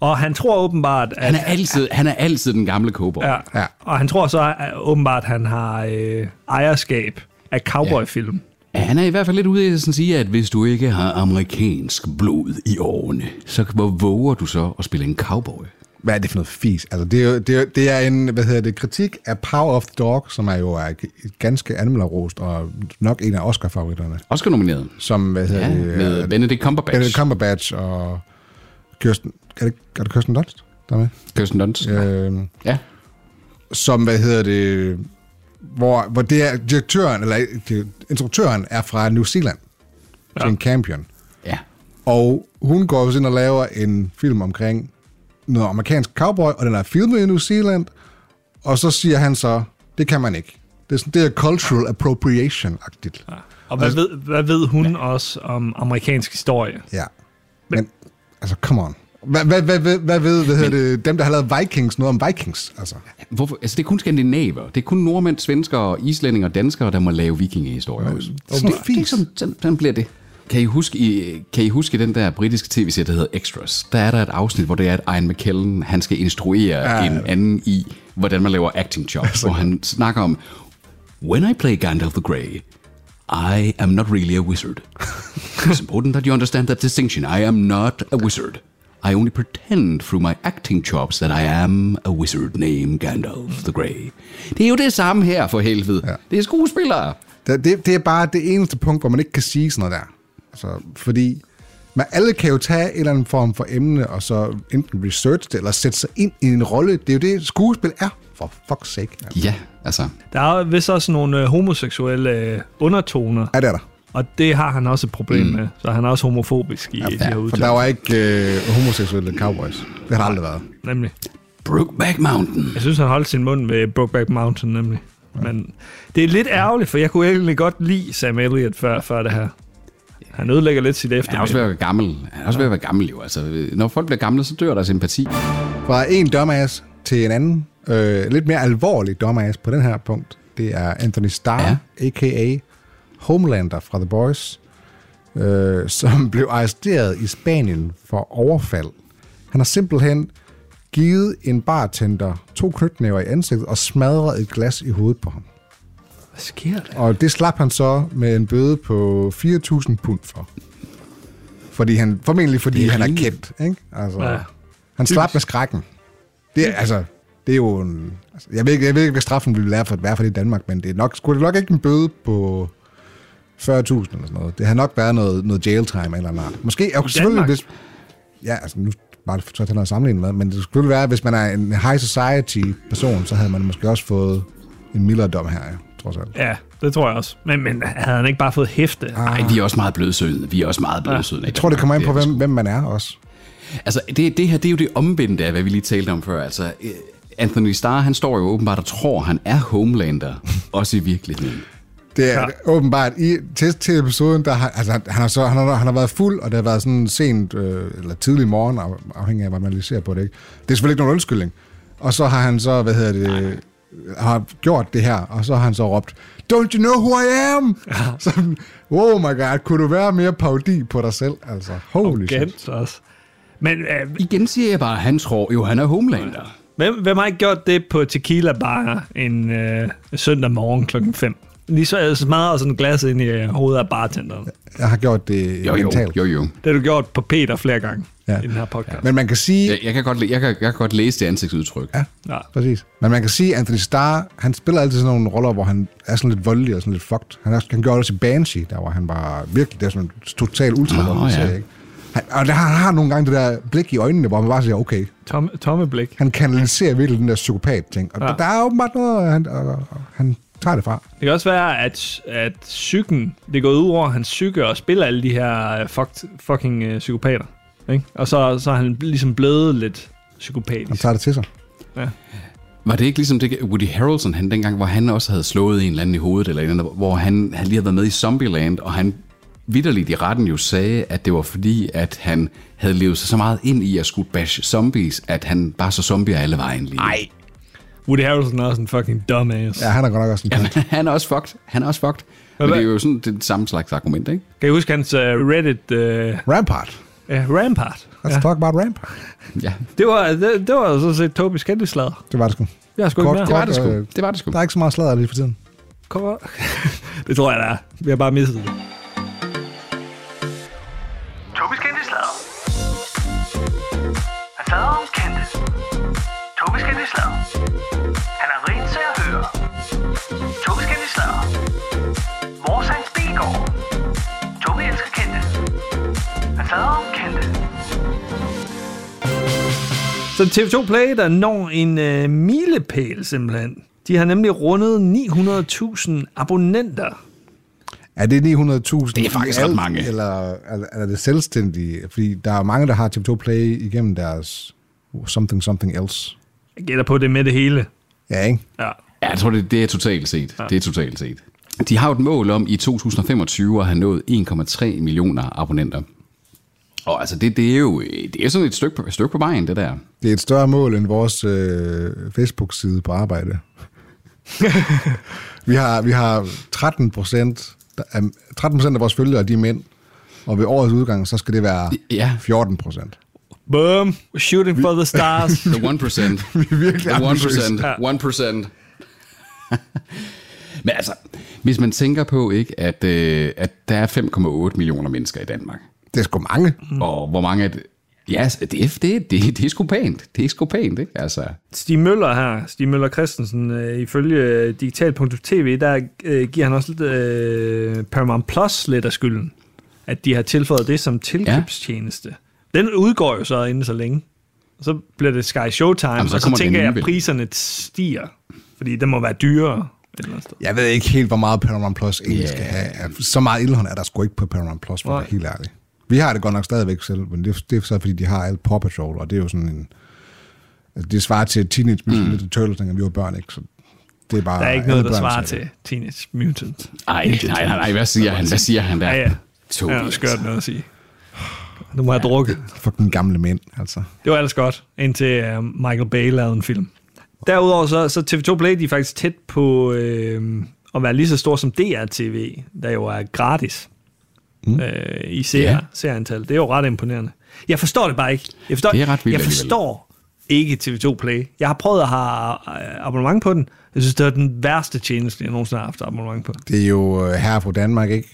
A: Og han tror åbenbart, at...
C: Han er altid, han er altid den gamle kobo. Ja.
A: ja, ja. Og han tror så at, åbenbart, at han har øh, ejerskab af cowboyfilm.
C: Han er i hvert fald lidt ude i at sådan sige, at hvis du ikke har amerikansk blod i årene, så hvor våger du så at spille en cowboy?
B: Hvad er det for noget fis? Altså, det er, jo- det er, jo- det er en, hvad hedder det, kritik af Power of the Dog, som er jo er et ganske anmelderrost, og nok en af Oscar-favoritterne.
C: Oscar nomineret.
B: Som, hvad hedder
C: Ja,
B: det... øh,
C: med Benedict Cumberbatch.
B: Benedict Cumberbatch og Kirsten... Er det, er det Kirsten Dunst, der er med?
C: Kirsten Dunst. Ja.
B: Øh,
C: ja.
B: som, hvad hedder det... Hvor, hvor det er direktøren, eller ikke, instruktøren er fra New Zealand. Ja. Jane Campion.
C: ja.
B: Og hun går også ind og laver en film omkring noget amerikansk cowboy, og den er filmet i New Zealand. Og så siger han så, det kan man ikke. Det er, sådan, det er cultural appropriation-agtigt. Ja.
A: Og
C: Altså-
A: hvad ved, hvad ved hun ja. også om amerikansk historie?
B: Ja. Men, men altså, come on. Hvad, hvad, hvad, hvad, hvad ved hvad hedder det, dem, der har lavet Vikings, noget om Vikings? Altså.
C: Hvorfor? Altså, det er kun skandinaver. Det er kun nordmænd, svenskere, islændinge og danskere, der må lave vikingehistorier. også.
B: åbenbart.
C: Så det, det er sådan, sådan, sådan bliver det. Kan I, huske, i, kan I huske den der britiske tv-serie, der hedder Extras? Der er der et afsnit, hvor det er, at Ian McKellen, han skal instruere ja, en anden i, hvordan man laver acting jobs. hvor han snakker om, When I play Gandalf the Grey, I am not really a wizard. It's important that you understand that distinction. I am not a wizard. I only pretend through my acting chops that I am a wizard named Gandalf the Grey. Det er jo det samme her for helvede. Ja. Det er skuespillere.
B: Det, det, det er bare det eneste punkt, hvor man ikke kan sige sådan noget der. Altså, fordi man, alle kan jo tage en eller anden form for emne, og så enten research det, eller sætte sig ind i en rolle. Det er jo det, skuespil er, for fuck's sake. Altså.
C: Ja, altså.
A: Der er vist også nogle øh, homoseksuelle øh, undertoner,
B: Ja, det er der.
A: og det har han også et problem mm. med. Så han er også homofobisk i ja, de
C: ja,
A: her
C: for
B: For der
A: udtalelser.
B: var ikke øh, homoseksuelle cowboys. Det har der aldrig været.
A: Nemlig.
C: Brokeback Mountain.
A: Jeg synes, han holdt sin mund med Brokeback Mountain, nemlig. Men det er lidt ærgerligt, for jeg kunne egentlig godt lide Sam Elliott før, før det her. Han ødelægger lidt sit
C: Han er også
A: eftermæl.
C: ved at være gammel. Han er også ved at være gammel, jo. Altså, når folk bliver gamle, så dør deres empati.
B: Fra en dumbass til en anden, øh, lidt mere alvorlig dumbass på den her punkt, det er Anthony Starr, ja. a.k.a. Homelander fra The Boys, øh, som *laughs* blev arresteret i Spanien for overfald. Han har simpelthen givet en bartender to knytnæver i ansigtet og smadret et glas i hovedet på ham.
A: Hvad sker der?
B: Og det slap han så med en bøde på 4.000 pund for. Fordi han, formentlig fordi
C: Det er
B: er han er
C: rimeligt.
B: kendt. Ikke? Altså,
A: Ja.
B: ja. Han slap med skrækken. Det, er, altså, det er jo en... Altså, jeg, ved ikke, jeg ved ikke, hvad straffen ville være for, være for det i Danmark, men det er nok, skulle det nok ikke en bøde på 40.000 eller sådan noget. Det har nok været noget, noget jail time eller noget. art. Måske, jeg, selvfølgelig,
A: Danmark?
B: hvis, ja, altså nu bare for at tage noget at sammenligne med, men det skulle selvfølgelig være, hvis man er en high society person, så havde man måske også fået en mildere dom her, ja, trods alt.
A: Ja, det tror jeg også. Men, men havde han ikke bare fået hæfte? Ah.
C: Nej, vi er også meget blødsødende. Vi er også meget blødsødende. i
B: Jeg tror, det
C: Danmark.
B: kommer ind på,
C: er
B: hvem, hvem man er også.
C: Altså, det, det her, det er jo det omvendte af, hvad vi lige talte om før. Altså, øh, Anthony Starr, han står jo åbenbart og tror, han er
B: *laughs*
C: Homelander, også i virkeligheden.
B: Det er ja. åbenbart, i, til, til episoden, der har, altså, han, han har, så, han, har, han har været fuld, og det har været sådan sent, øh, eller tidlig morgen, af- afhængig af, hvad man lige ser på det. Ikke? Det er selvfølgelig ikke nogen undskyldning. Og så har han så, hvad hedder det, har gjort det her, og så har han så råbt, Don't you know who I am? *laughs* Ja. Sådan, oh my god, kunne du være mere parodi på dig selv? Altså, holy okay. shit.
A: Gemt også. Men øh,
C: Igen siger jeg bare, han tror jo, han er Homelander.
A: hvem, hvem har ikke gjort det på tequila bar en øh, søndag morgen klokken 5? Lige så jeg smadrer sådan et glas ind i øh, hovedet af bartenderen.
B: Jeg har gjort det
C: Jo, jo,
B: mentalt.
C: jo, jo.
A: Det har du gjort på Peter flere gange ja.
B: Ja.
A: i den her podcast. Ja.
B: Men man kan sige,
C: Jeg, jeg, kan godt, læ- jeg, kan, jeg kan godt læse det ansigtsudtryk. Ja.
A: Ja.
B: Præcis. Men man kan sige, at Anthony Starr, han spiller altid sådan nogle roller, hvor han er sådan lidt voldelig og sådan lidt fucked. Han, er, han gjorde det til Banshee, der var han var virkelig, det er sådan en total ultra
C: Nå,
B: oh,
C: ja.
B: ja. ikke? Han, og der, han har nogle gange det der blik i øjnene, hvor man bare siger, okay,
A: Tom, tomme blik.
B: han kanaliserer virkelig den der psykopat-ting. Og
A: Ja.
B: ja. der er åbenbart noget, han, og, og, og, han tager det fra.
A: Det kan også være, at, at psyken, det er gået ud over hans psyke og spiller alle de her øh, fucked, fucking øh, psykopater. Ikke? Og så, så er han ligesom blevet lidt
B: Han
A: psykopatisk.
B: tager det til sig.
C: Var det ikke ligesom det, Woody Harrelson, han dengang, hvor han også havde slået en eller anden i hovedet, eller en eller anden, hvor han, han lige havde været med i Zombieland, og han vidderligt i retten jo sagde, at det var fordi, at han havde levet sig så meget ind i at skulle bashe zombies, at han bare så zombier alle vejen lige. Nej,
A: Woody Harrelson er også en fucking dumbass.
B: Ja, han er godt nok også en ja.
C: *laughs* han er også fucked. Han er også fucked. Men
A: hvad-
C: det er jo sådan det samme slags argument, ikke?
A: Kan I huske hans uh, Reddit uh,
B: Rampart.
A: uh, Rampart?
B: Let's ja. talk about Rampart.
C: Ja,
A: Det var, det, det var sådan set Tobis kendtislader.
B: Det var det sgu.
A: Jeg har sgu
B: Kort,
A: ikke mere.
C: det var det sgu.
B: Godt, øh,
C: Det var det sgu.
B: Der er ikke så meget sladder lige for tiden.
A: Kom *laughs* det tror jeg, der er. Vi har bare misset det.
D: Tobis kendte slader. Han slader om kendte. Tobis kendte slader. Han er rigt til at høre. Tobis kendte slader. Vores hans bilgård. Tobi elsker kendte. Han slader om kendte.
A: Så TV2 Play, der når en øh, milepæl simpelthen. De har nemlig rundet 900.000 abonnenter.
B: Er det 900.000? Det
C: er faktisk ret mange.
B: Eller eller- eller er det selvstændige? Fordi der er mange, der har TV2 Play igennem deres something, something else.
A: Jeg gætter på det er med det hele.
B: Ja, ikke?
A: Ja.
C: Ja, jeg tror, det, det er totalt set. Ja. Det er totalt set. De har jo et mål om i 2025 at have nået 1,3 millioner abonnenter. Og altså, det, det er jo øh, det er sådan et stykke, på- et stykke på vejen, det der.
B: Det er et større mål end vores øh, Facebook-side på
C: *laughs*
B: arbejde. vi, har, vi har 13 procent af, 13 procent af vores følgere, de er mænd. Og ved årets udgang, så skal det være
C: Ja.
B: 14 procent.
A: Boom. Shooting for the *laughs* stars.
C: The 1%.
B: Vi er virkelig
C: The
B: ambitiøse.
C: 1%. 1%. *laughs* Men altså, hvis man tænker på, ikke, at, øh, at der er 5,8 millioner mennesker i Danmark,
B: Det er sgu mange.
C: mm. og hvor mange er det? Ja, altså, det, det, det, det er sgu pænt. Det er sgu pænt, ikke? Altså,
A: Stig Møller her, Stig Møller Christensen, øh, ifølge øh, digital.tv, der øh, giver han også lidt, øh, Paramount Plus lidt af skylden, at de har tilføjet det som tilkøbstjeneste. Ja. Den udgår jo så inden så længe. Og så bliver det Sky Showtime, Jamen,
C: Jamen, så
A: så og så
C: kommer den
A: tænker jeg, at
C: alligevel.
A: priserne stiger, fordi den må være dyrere. et Eller andet sted.
B: Jeg ved ikke helt, hvor meget Paramount Plus egentlig yeah. skal have. Så meget indhold er der sgu ikke på Paramount Plus, for at
A: Nej.
B: være helt ærlig. Vi har det godt nok stadigvæk selv, men det, det er så, fordi de har alt Paw Patrol, og det er jo sådan en... Altså, det svarer til Teenage Mutant Ninja Turtles, dengang vi var børn, ikke? Så det er bare...
A: Mm. Der er ikke noget,
B: alle
A: der
B: børn
A: svarer
B: ser det.
A: til Teenage Mutant.
C: Ej, *laughs* nej, nej, nej, hvad siger han? Hvad siger han der?
A: Ja, ja.
C: Tobias.
A: Ja, det er skørt noget at sige. Nu må jeg drukke.
B: Fucking gamle mænd, altså.
A: Det var ellers godt, indtil uh, Michael Bay lavede en film. Derudover så, så TV2 Play, de er faktisk tæt på øh, at være lige så stor som DR-TV, der jo er gratis mm. øh, i ser,
C: Ja.
A: yeah. seerantal. Det er jo ret imponerende. Jeg forstår det bare ikke. Jeg forstår,
C: Det er ret vildt
A: jeg
C: alligevel.
A: forstår ikke TV2 Play. Jeg har prøvet at have øh, abonnement på den. Jeg synes, det er den værste tjeneste, jeg nogensinde har haft abonnement på.
B: Det er jo øh, her på Danmark, ikke?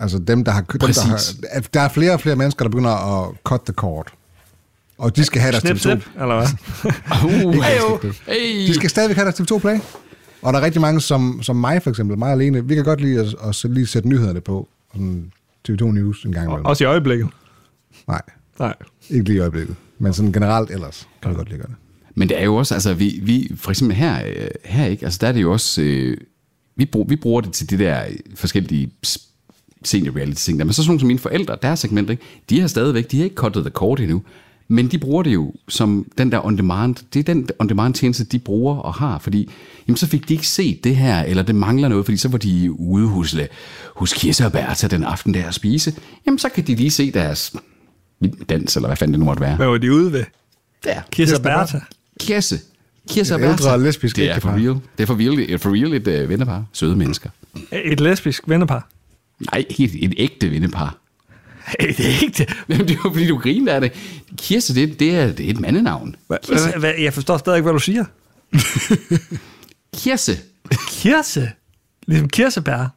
B: Altså dem, der har... Dem, der, har
C: Præcis.
B: at der er flere og flere mennesker, der begynder at cut the cord. Og de skal have deres
A: Snip,
B: TV2.
A: snip, eller hvad? *laughs*
C: Uh,
B: Ayo.
C: hey.
B: De skal stadigvæk have deres TV2 Play. Og der er rigtig mange, som, som mig for eksempel, mig alene, vi kan godt lide at, at så lige sætte nyhederne på. Sådan TV2 News en gang imellem.
A: Også i øjeblikket.
B: Nej,
A: Nej.
B: ikke lige i øjeblikket. Men sådan generelt ellers kan vi godt lide at gøre det.
C: Men det er jo også, altså vi, vi for eksempel her, øh, her ikke, altså der er det jo også, øh, vi, brug, vi bruger det til det der øh, forskellige s- senior reality ting der, men så sådan nogle som mine forældre, deres segment, ikke, de har stadigvæk, de har ikke cuttet the cord endnu, men de bruger det jo som den der on-demand, det er den on-demand tjeneste, de bruger og har, fordi jamen, så fik de ikke set det her, eller det mangler noget, fordi så var de ude hos, la- hos Kirse og Bertha den aften der at spise, jamen så kan de lige se deres vild med dans, eller hvad fanden det nu måtte være.
A: Hvad var de ude ved?
C: Der.
A: Kirsten og Bertha.
C: Kirse. Kirse og
B: Et ældre
C: Bertha.
B: lesbisk
C: det er for
B: ægtepar.
C: real. Det er for real, det er for real et øh, vennepar. Søde mennesker.
A: Et lesbisk vennepar.
C: Nej, ikke et, et ægte vennepar. *laughs*
A: Et ægte.
C: Jamen, det er jo fordi, du griner af det. Kirse, det, det, er, det er et mandenavn. Kirse.
A: Hvad- Jeg forstår stadig ikke, hvad du siger.
C: Kirse.
A: Kirse. Ligesom kirsebær.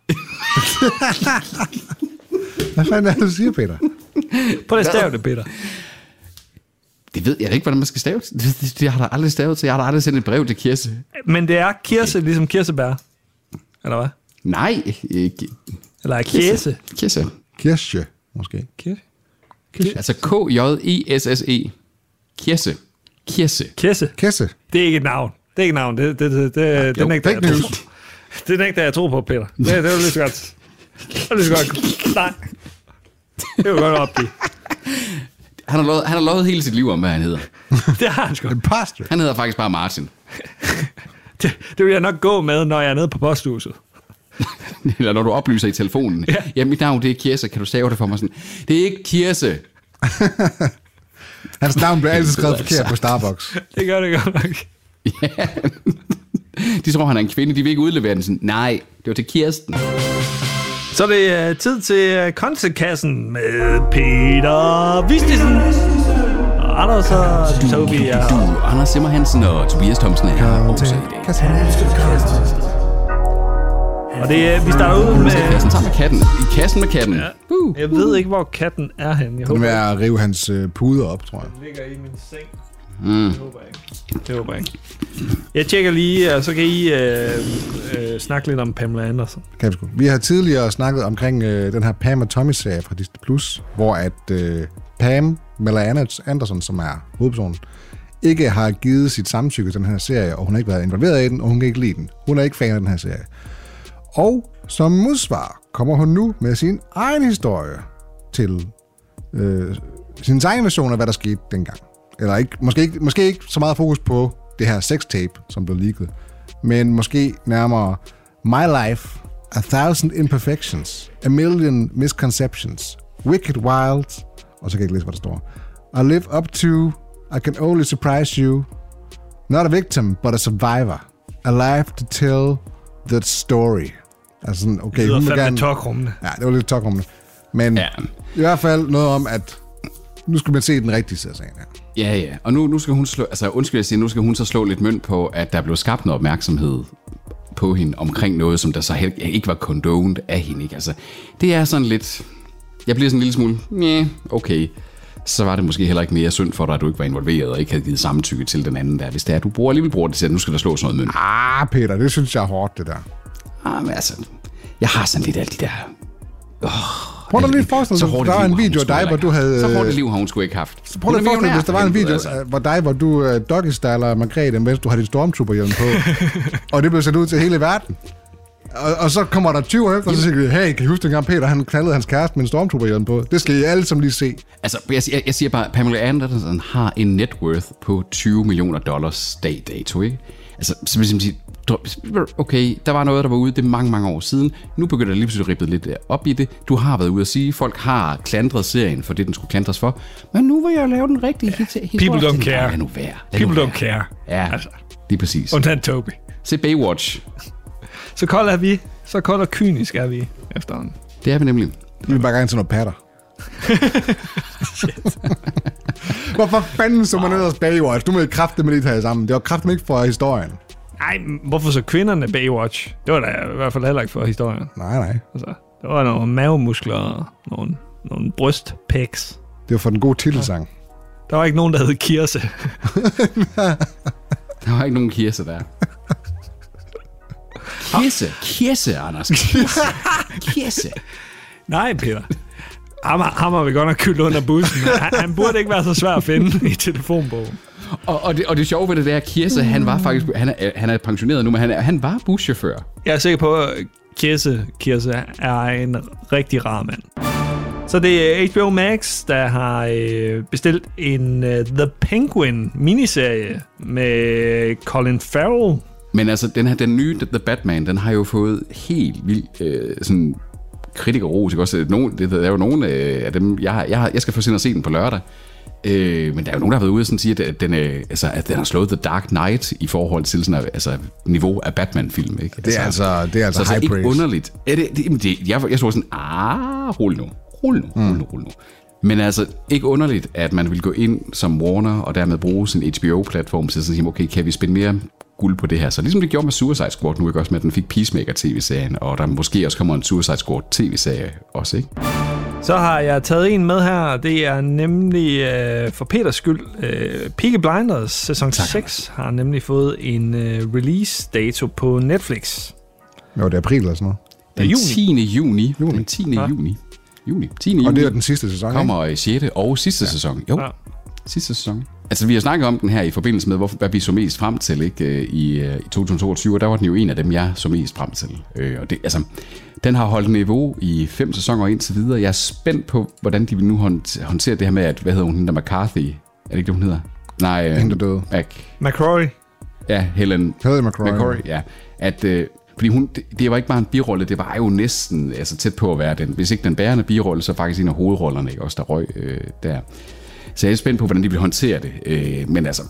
B: Hvad fanden er det, du siger, Peter?
A: Prøv lige at stave det, Peter.
C: Det ved jeg da ikke, hvordan man skal stave til. Det, det, det har der aldrig stavet til. Jeg har da aldrig sendt et brev til Kirse.
A: Men det er kirse, ligesom kirsebær. Eller hvad?
C: Nej. øh, Ikke.
A: Eller er kirse.
C: Kirse.
B: Kirsche, måske.
A: Kirse.
C: Altså K-J-E-S-S-E. Kirse. Kirse.
A: Kirse.
B: Kesse.
A: Det er ikke et navn. Det er ikke et navn. Det, det, det, det, det,
C: jo,
A: nægter jeg
B: fake
A: tro.
B: news.
A: Det nægter jeg tro på, Peter. Det, det er jo lige så godt. Det er lige så godt. Nej. Det er jo godt op i. *laughs*
C: Han har, lovet, han har lovet hele sit liv om, hvad han hedder.
A: Det har han sgu.
B: En pastor.
C: Han hedder faktisk bare Martin.
A: Det, det vil jeg nok gå med, når jeg er nede på posthuset.
C: *laughs* Eller når du oplyser i telefonen. Ja. ja, mit navn det er Kirse. Kan du stave det for mig sådan? Det er ikke Kirse.
B: Hans navn bliver altid skrevet
C: Helvede,
B: forkert på
C: altså.
B: Starbucks.
A: Det gør det godt nok.
C: Ja. De tror, han er en kvinde. De vil ikke udlevere den sådan. Nej, det var til Kirsten.
A: Så er det uh, tid til uh, koncertkassen med Peter Vistisen. Og Anders og Tobi er
C: Du, Anders Simmer Hansen og Tobias Thomsen er her også i dag.
B: Kasse.
A: Og det, uh, vi starter ud med...
C: Kassen sammen med katten. I kassen med katten. Uh.
A: Jeg ved ikke, hvor katten er henne. Jeg
B: Den
A: håber,
B: er ved at rive hans øh, puder op, tror jeg.
A: den ligger i min seng. Mm. Det håber jeg ikke. Det håber jeg ikke. Jeg tjekker lige, og så kan I øh, øh, snakke lidt om Pamela Andersen.
B: Kan vi, sgu. vi har tidligere snakket omkring øh, den her Pam og Tommy-serie fra Disney+, Plus, hvor at øh, Pam, Mella Anders- Anderson, som er hovedpersonen, ikke har givet sit samtykke til den her serie, og hun har ikke været involveret i den, og hun kan ikke lide den. Hun er ikke fan af den her serie. Og som modsvar kommer hun nu med sin egen historie til øh, sin egen version af, hvad der skete dengang. Eller ikke, måske, ikke, måske ikke så meget fokus på det her sextape, som blev leaget, men måske nærmere My Life, A Thousand Imperfections, A Million Misconceptions, Wicked Wild, og så kan jeg ikke læse, hvad der står. I live up to, I can only surprise you, Not a victim, but a survivor. Alive to tell the story. Altså sådan, okay,
A: Det lyder
B: hun vil
A: fandme
B: gerne...
A: tokrummende.
B: Ja, det var lidt tokrummende. Men
C: Ja.
B: ja. i hvert fald noget om, at nu skal man se den rigtige side af sagen her.
C: Ja, ja. Og nu, nu skal hun slå, altså undskyld, jeg siger, nu skal hun så slå lidt mønt på, at der blev skabt noget opmærksomhed på hende omkring noget, som der så helt, ikke var condoned af hende. Ikke? Altså, det er sådan lidt... Jeg bliver sådan en lille smule, nej, okay. Så var det måske heller ikke mere synd for dig, at du ikke var involveret og ikke havde givet samtykke til den anden der. Hvis det er, du bruger, alligevel bruger det til, at nu skal der slås noget mønt.
B: Ah, Peter, det synes jeg er hårdt, det der.
C: Ah, men altså, jeg har sådan lidt af de der...
B: Prøv dig lige at forestille
C: Så
B: dig,
C: hårdt
B: hvis
C: et
B: der var
C: liv
B: en video af
C: har hun sgu
B: dig, hvor
C: heller ikke
B: du
C: haft.
B: havde... øh,
C: Så hårdt et liv har hun sgu ikke haft.
B: Prøv dig at forestille dig, hvis der var en
C: altså.
B: video af hvor dig, hvor du øh, doggystyler Margrethe, mens du har din stormtrooperhjelm på. og det blev sendt ud til hele verden. Og, og så kommer der 20 år efter, og så siger de, hey, kan I huske dengang Peter, han knaldede hans kæreste med en stormtrooperhjelm på? Det skal I alle sammen lige se.
C: Altså, jeg, jeg, jeg siger bare, Pamela Anderson har en net worth på 20 millioner dollars dag dato, ikke? Altså, simpelthen sige, dr- okay, der var noget, der var ude, det er mange, mange år siden. Nu begynder det lige pludselig at rippe lidt øh, op i det. Du har været ude at sige, folk har klandret serien for det, den skulle klandres for. Men nu vil jeg lave den rigtige ja. historie.
A: People don't care.
C: Lad nu være. Lad nu
A: People
C: være.
A: don't care.
C: Ja,
A: Altså.
C: altså. lige præcis.
A: Undtagen Tobi.
C: Se Baywatch.
A: Så kold er vi, Så kold og kynisk er vi efterhånden.
C: Det er vi nemlig.
B: Vi vil bare gerne til noget patter. Hvorfor fanden så man ellers Baywatch? Du må ikke kræfte med det her sammen. Det var kræfte ikke for historien.
A: Nej, hvorfor så kvinderne Baywatch? Det var da i hvert fald heller ikke for historien.
B: Nej, nej.
A: Altså, der var nogle mavemuskler og nogle, nogle brystpiks.
B: Det var for den gode titelsang.
A: Der var ikke nogen, der hed Kirse. *laughs*
C: Der var ikke nogen
A: *laughs*
C: kirse der. Kirse, kirse,
A: *laughs*
C: Anders. Kirse, kirse.
A: Nej, Peter. Ham, har- ham har vi godt nok kølt under bussen. Han, han burde ikke være så svær at finde i telefonbogen.
C: Og, og, det, og det sjove ved det der, Kirse, han var faktisk, han er, øh, han er pensioneret nu, men han, er, han var buschauffør.
A: Jeg er sikker på, at Kirse, Kirse er en rigtig rar mand. Så det er HBO Max, der har øh, bestilt en øh, The Penguin miniserie med Colin Farrell.
C: Men altså, den her, den nye The Batman, den har jo fået helt vildt øh, sådan kritikerros, ikke også? øh, Nogen, det, der er jo nogen øh, af dem, jeg, har, jeg, har, jeg skal få senere se den på lørdag, øh, men der er jo nogen, der har været ude og sådan sige, at, at, den, øh, altså, at den har slået The Dark Knight i forhold til sådan, altså, niveau af Batman-film, ikke?
B: Det er altså- det er altså
C: så,
B: high
C: ikke
B: praise.
C: underligt. Er det, det, jamen, det, jeg, jeg så sådan, ah, rul nu, rul nu, rul nu, rul nu. Men altså, ikke underligt, at man vil gå ind som Warner, og dermed bruge sin HBO-platform til at sige, okay, kan vi spænde mere guld på det her? Så ligesom det gjorde med Suicide Squad nu, ikke også med, at den fik Peacemaker-tv-serien, og der måske også kommer en Suicide Squad-tv-serie også, ikke?
A: Så har jeg taget en med her, og det er nemlig øh, for Peters skyld. Øh, Peaky Blinders sæson
C: Tak,
A: 6 har nemlig fået en øh, release-dato på Netflix.
B: Jo, det er april eller sådan noget.
A: Ja,
C: Den
A: juni.
C: 10. juni. juni. Den 10.
A: Ja.
C: Ja. juni. Juni. 10.
B: Og
C: juni.
B: det er den sidste sæson, ikke?
C: kommer i 6. og sidste ja. sæson. Jo,
A: Ja.
C: ja. sidste sæson. Altså, vi har snakket om den her i forbindelse med, hvorfor, hvad vi så mest frem til ikke? øh, I, øh, i 2022, og der var den jo en af dem, jeg så mest frem til. Øh, og det, altså, den har holdt niveau i fem sæsoner indtil videre. Jeg er spændt på, hvordan de vil nu hånd- håndtere det her med, at, hvad hedder hun, hende der McCarthy? Er det ikke det, hun hedder? Nej, øh,
B: Hende, der døde.
C: Mac.
A: McCrory.
C: Ja, Helen
B: Helen McCrory.
C: ja. At, øh, fordi hun, det, det var ikke bare en birolle, det var jo næsten altså, tæt på at være den. Hvis ikke den bærende birolle, så faktisk en af hovedrollerne, ikke? også der røg øh, der. Så jeg er spændt på, hvordan de vil håndtere det. Øh, men altså,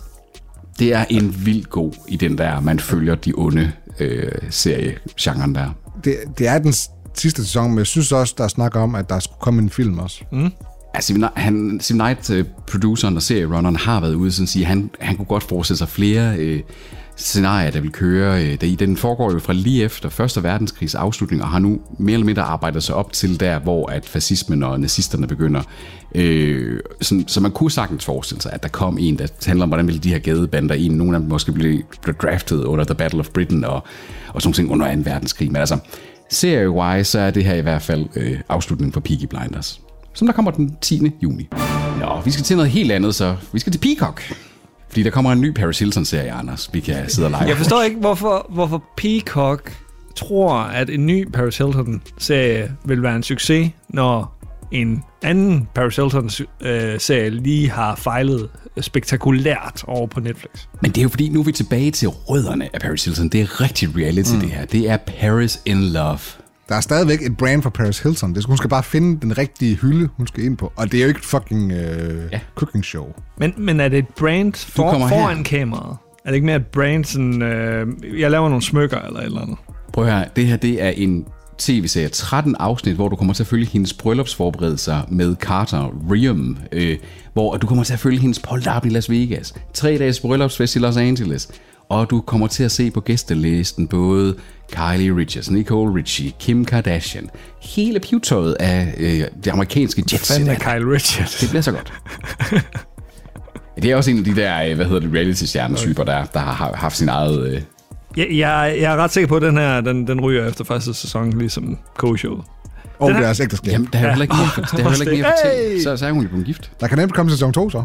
C: det er en vild god i den der, man følger de onde øh, serie-genren der.
B: Det, det er den s- sidste sæson, men jeg synes også, der er snak om, at der skulle komme en film også. Mm.
C: Ja, Altså, Sim Knight- han, Sim Knight, øh, produceren og serierunneren, har været ude og sige, at han, han kunne godt forestille sig flere øh, scenarier, der vil køre. Øh, der i. Den foregår jo fra lige efter Første Verdenskrigs afslutning, og har nu mere eller mindre arbejdet sig op til der, hvor at fascismen og nazisterne begynder. Øh, sådan, så man kunne sagtens forestille sig, at der kom en, der handler om, hvordan ville de her gadebander ind. Nogle af dem måske blev, blev draftet under The Battle of Britain og, og sådan nogle ting under 2. verdenskrig. Men altså, serie-wise, så er det her i hvert fald øh, afslutningen for Peaky Blinders som der kommer den 10. juni. Nå, vi skal til noget helt andet, så vi skal til Peacock. Fordi der kommer en ny Paris Hilton-serie, Anders. Vi kan sidde og lege.
A: Jeg forstår ikke, hvorfor, hvorfor Peacock tror, at en ny Paris Hilton-serie vil være en succes, når en anden Paris Hilton-serie øh, lige har fejlet spektakulært over på Netflix.
C: Men det er jo fordi, nu er vi tilbage til rødderne af Paris Hilton. Det er rigtig reality, mm. det her. Det er Paris in Love.
B: Der er stadigvæk et brand for Paris Hilton. Det skal, hun skal bare finde den rigtige hylde, hun skal ind på. Og det er jo ikke et fucking øh, ja.
C: Ja.
B: cooking show.
A: Men, men er det et brand for,
C: kommer her.
A: foran kameraet? Er det ikke mere et brand sådan, øh, jeg laver nogle smykker eller et eller andet?
C: Prøv at høre, det her det er en tv-serie, 13 afsnit, hvor du kommer til at følge hendes bryllupsforberedelser med Carter Riem, øh, hvor du kommer til at følge hendes polterappen i Las Vegas, tre dages bryllupsfest i Los Angeles, og du kommer til at se på gæstelisten både Kylie Richards, Nicole Richie, Kim Kardashian, hele pivtøjet af øh, det amerikanske jet
A: Fanden er Kyle Richards.
C: *laughs* det bliver
A: *laughs*
C: så godt. Det er også en af de der, øh, hvad hedder det, reality-stjernetyper, der, der har haft sin eget... Øh,
A: Jeg, jeg, jeg er ret sikker på, at den her den, den ryger efter første sæson, ligesom co-showet.
B: Og
A: Den er-
B: deres ægteskab.
C: Jamen, der er jo heller ikke mere, der er jo heller ikke mere at
A: Hey!
C: fortælle. Så, så er hun jo blevet gift.
B: Der kan nemt komme sæson 2 så.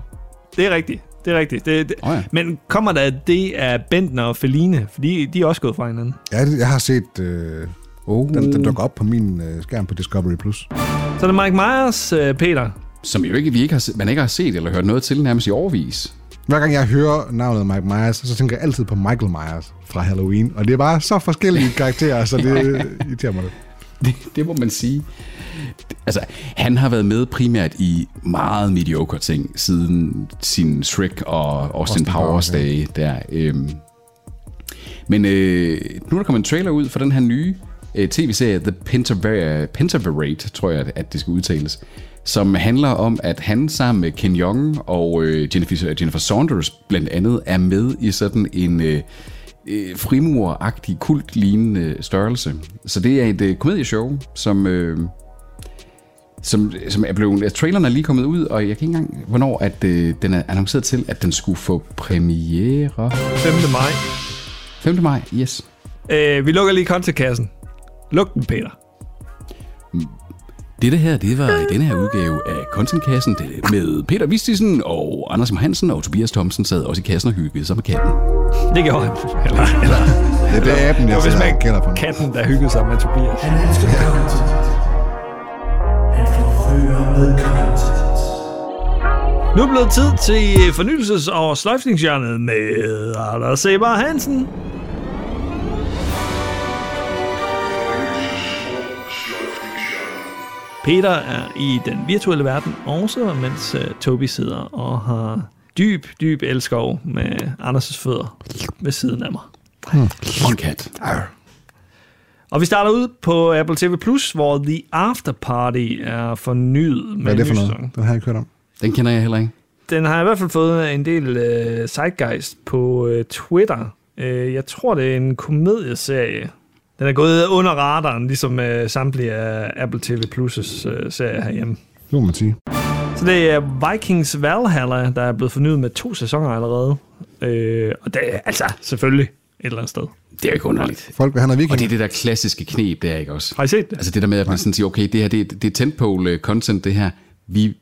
A: Det er rigtigt. Det er rigtigt. Det, det.
C: Åh ja.
A: Men kommer der det af Bentner og Feline? For de, de er også gået fra hinanden.
B: Ja, det- jeg har set... Øh,
C: Oh.
B: den, den dukker op på min øh, skærm på Discovery+. Plus.
A: Så er det Mike Myers, øh, Peter.
C: Som jo ikke, vi ikke har, se- man ikke har set eller hørt noget til nærmest i overvis.
B: Hver gang jeg hører navnet Mike Myers, så tænker jeg altid på Michael Myers fra Halloween. Og det er bare så *laughs* forskellige karakterer, så det øh, irriterer mig lidt.
C: *laughs* Det, det må man sige. Altså, han har været med primært i meget mediocre ting siden sin Shrek og Austin, Austin Powers
B: Powers, ja.
C: dage der. Øhm. Men øh, nu er der kommet en trailer ud for den her nye øh, tv-serie The Pentaver- Pentaverate, tror jeg, at det skal udtales, som handler om, at han sammen med Ken Jeong og øh, Jennifer, Jennifer Saunders blandt andet er med i sådan en øh, øh, frimuragtig, kultlignende størrelse. Så det er et øh, komedieshow, som... Øh, som, som er blevet... At traileren er lige kommet ud, og jeg kan ikke engang... Hvornår at, øh, den er annonceret til, at den skulle få premiere...
A: 5. maj.
C: 5. maj, yes.
A: Øh, vi lukker lige kontakassen. Luk den, Peter.
C: Dette her, det var i denne her udgave af Contentkassen det- med Peter Vistisen og Anders M. Hansen og Tobias Thomsen sad også i kassen og hyggede sig med katten.
A: Det gjorde han. Eller, eller
B: Ja, det er aben, jeg
A: Og hvis
B: sidder
A: man
B: og gælder på. nu.
A: katten, der hyggede sig med Tobias.
E: Han elsker content. Han forfører med content.
A: Nu er blevet tid til øh, fornyelses- og sløjfningshjørnet med øh, Anders Seber Hansen. Peter er i den virtuelle verden også, mens uh, Toby sidder og har dyb, dyb elskov med Anders' fødder ved siden af mig.
C: Og en kat.
A: Og vi starter ud på Apple TV+, Plus, hvor The After Party er fornyet med
B: Hvad er det for
A: en ny
B: noget?
A: sæson.
B: Den har jeg ikke hørt om.
C: Den kender jeg heller ikke.
A: Den har i hvert fald fået en del øh, zeitgeist på øh, Twitter. Øh, jeg tror, det er en komedieserie. Den er gået under radaren, ligesom øh, samtlige af Apple TV Plus' øh, serier herhjemme.
B: Det må man sige.
A: Så det er Vikings Valhalla, der er blevet fornyet med to sæsoner allerede. Øh, og det er altså selvfølgelig et eller andet sted.
C: Det er jo ikke underligt.
B: Folk vil have noget
C: Og det er
B: viking.
C: det der klassiske knep, det er ikke også?
A: Har I set det?
C: Altså det der med, at man sådan siger, okay, det her det, er- det er tentpole øh, content, det her. Vi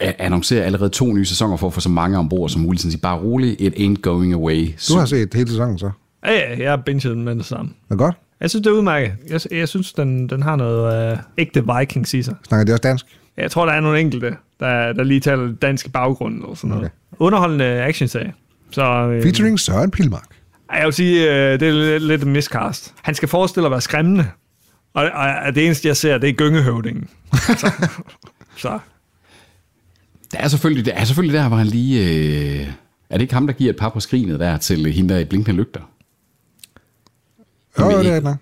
C: a- annoncerer allerede to nye sæsoner for at få så mange ombord som muligt. Sådan sige, bare roligt, it ain't going away.
B: Du har set hele sæsonen så.
A: Ja, ja, jeg har binget den med det samme.
B: Er det godt?
A: Jeg synes, det er udmærket. Jeg, jeg synes, den, den har noget øh, ægte Vikings i sig.
B: Snakker de også dansk?
A: Jeg tror, der er nogle enkelte, der, der lige taler dansk baggrund og sådan noget. Okay. Underholdende actionserie. Så øh,
B: Featuring Søren Pilmark.
A: ej, jeg vil sige, øh, det er lidt, lidt en miscast. Han skal forestille at være skræmmende. Og, og, og det eneste, jeg ser, det er gyngehøvdingen. Altså,
B: *laughs*
A: Så, så
C: Der er selvfølgelig, der er selvfølgelig der, hvor han lige... Øh, er det ikke ham, der giver et par på skrinet der til øh, hende der i blinkende lygter?
B: Jo,
C: Men
B: jo, det
C: ikke-
B: er det nok.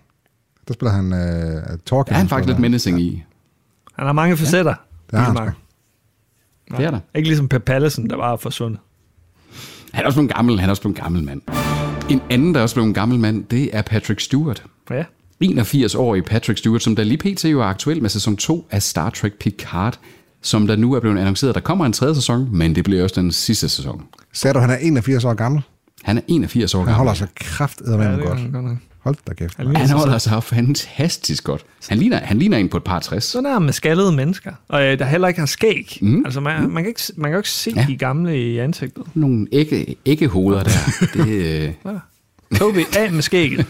B: Der spiller han uh, Torkin.
C: Der er han faktisk lidt menacing i.
A: han har mange facetter.
B: Det har han
A: Pilmark.
B: sgu.
C: Det er der.
A: Ikke ligesom Per Pallesen, der var forsvundet.
C: Han er også blevet gammel, han er også blevet en gammel mand. En anden, der er også blevet en gammel mand, det er Patrick Stewart.
A: Ja.
C: 81-årig Patrick Stewart, som der lige pt. jo er aktuel med sæson 2 af Star Trek Picard, som der nu er blevet annonceret, at der kommer en tredje sæson, men det bliver også den sidste sæson.
B: Sagde du, han er 81 år gammel?
C: Han er 81 år
B: Han
C: gammel.
B: holder sig krafteddermame
A: Ja,
B: ja,
A: det
B: godt.
A: kan han godt nok.
B: Hold da kæft.
A: Han ligner
C: Han
A: sig selv.
C: holder sig fantastisk godt. Han ligner, han ligner en på et par 60.
A: Sådan er med skaldede mennesker, og øh, der heller ikke har skæg. Mm. Altså, man, man, kan ikke, man kan jo ikke se ja.
C: Ja.
A: de gamle i ansigtet.
C: Nogle ikke, ikke hoveder der.
B: *laughs*
C: Det, øh,
A: Tobi, af med skægget.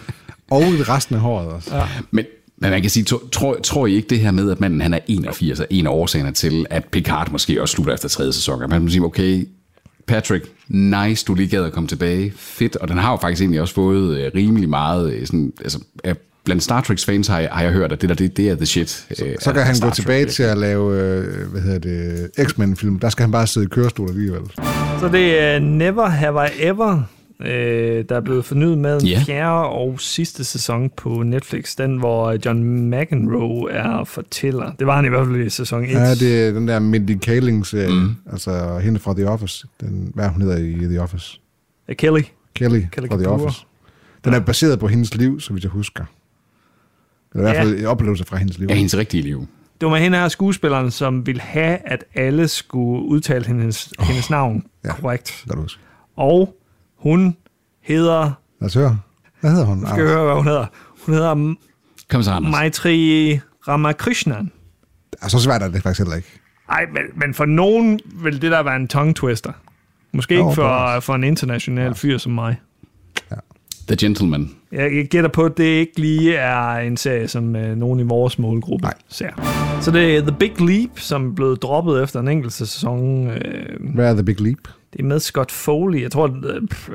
B: Og resten af håret også. Ja.
C: men, men man kan sige, to- tror, tror I ikke det her med, at manden han er 81, er en af årsagerne til, at Picard måske også slutter efter tredje sæson? At Man må sige, okay, Patrick, nice, du lige gad at komme tilbage. Fedt, og den har jo faktisk egentlig også fået øh, rimelig meget, øh, sådan, altså, øh, blandt Star Treks fans har jeg, har jeg hørt, at det der, det, det er the shit. øh,
B: Så kan
C: af
B: han
C: Star
B: gå
C: Trek.
B: tilbage til at lave, øh, hvad hedder det, X-Men-film. Der skal han bare sidde i kørestol alligevel.
A: Så det er Never Have I Ever, øh, der er blevet fornyet med den
C: Ja.
A: fjerde og sidste sæson på Netflix. Den, hvor øh, John McEnroe er fortæller. Det var han i hvert fald i sæson 1.
B: Ja, det er den der Mindy Kaling-serie. Mm. Altså hende fra The Office. Den, hvad hun hedder i The Office?
A: Kelly.
B: Kelly,
A: Kelly
B: Kelly fra The
A: Kapoor.
B: Office. Den er baseret på hendes liv, så vidt jeg husker. Eller i
A: Ja.
B: hvert fald ja. oplevelser fra hendes liv.
C: Ja, hendes rigtige liv.
A: Det var med hende her skuespilleren, som ville have, at alle skulle udtale hendes, oh, hendes navn ja.
B: ja.
A: korrekt.
B: Kan du huske.
A: Og hun hedder...
B: Lad os høre. Hvad hedder hun?
A: Skal jeg høre, hvad hun hedder? Hun hedder
C: Kom så, Anders.
A: Maitri Ramakrishnan.
B: Ah, så svært er det faktisk heller ikke.
A: Ej, men, men for nogen vil det der være en tongue twister. Måske
B: Jo,
A: ikke for,
B: præcis.
A: for en international fyr som mig.
C: The Gentleman.
A: Jeg jeg gætter på, at det ikke lige er en serie, som øh, nogen i vores målgruppe Nej. ser. Så det er The Big Leap, som blev droppet efter en enkelt sæson. Øh,
B: Hvad er The Big Leap?
A: det er med Scott Foley. Jeg tror, øh, pff,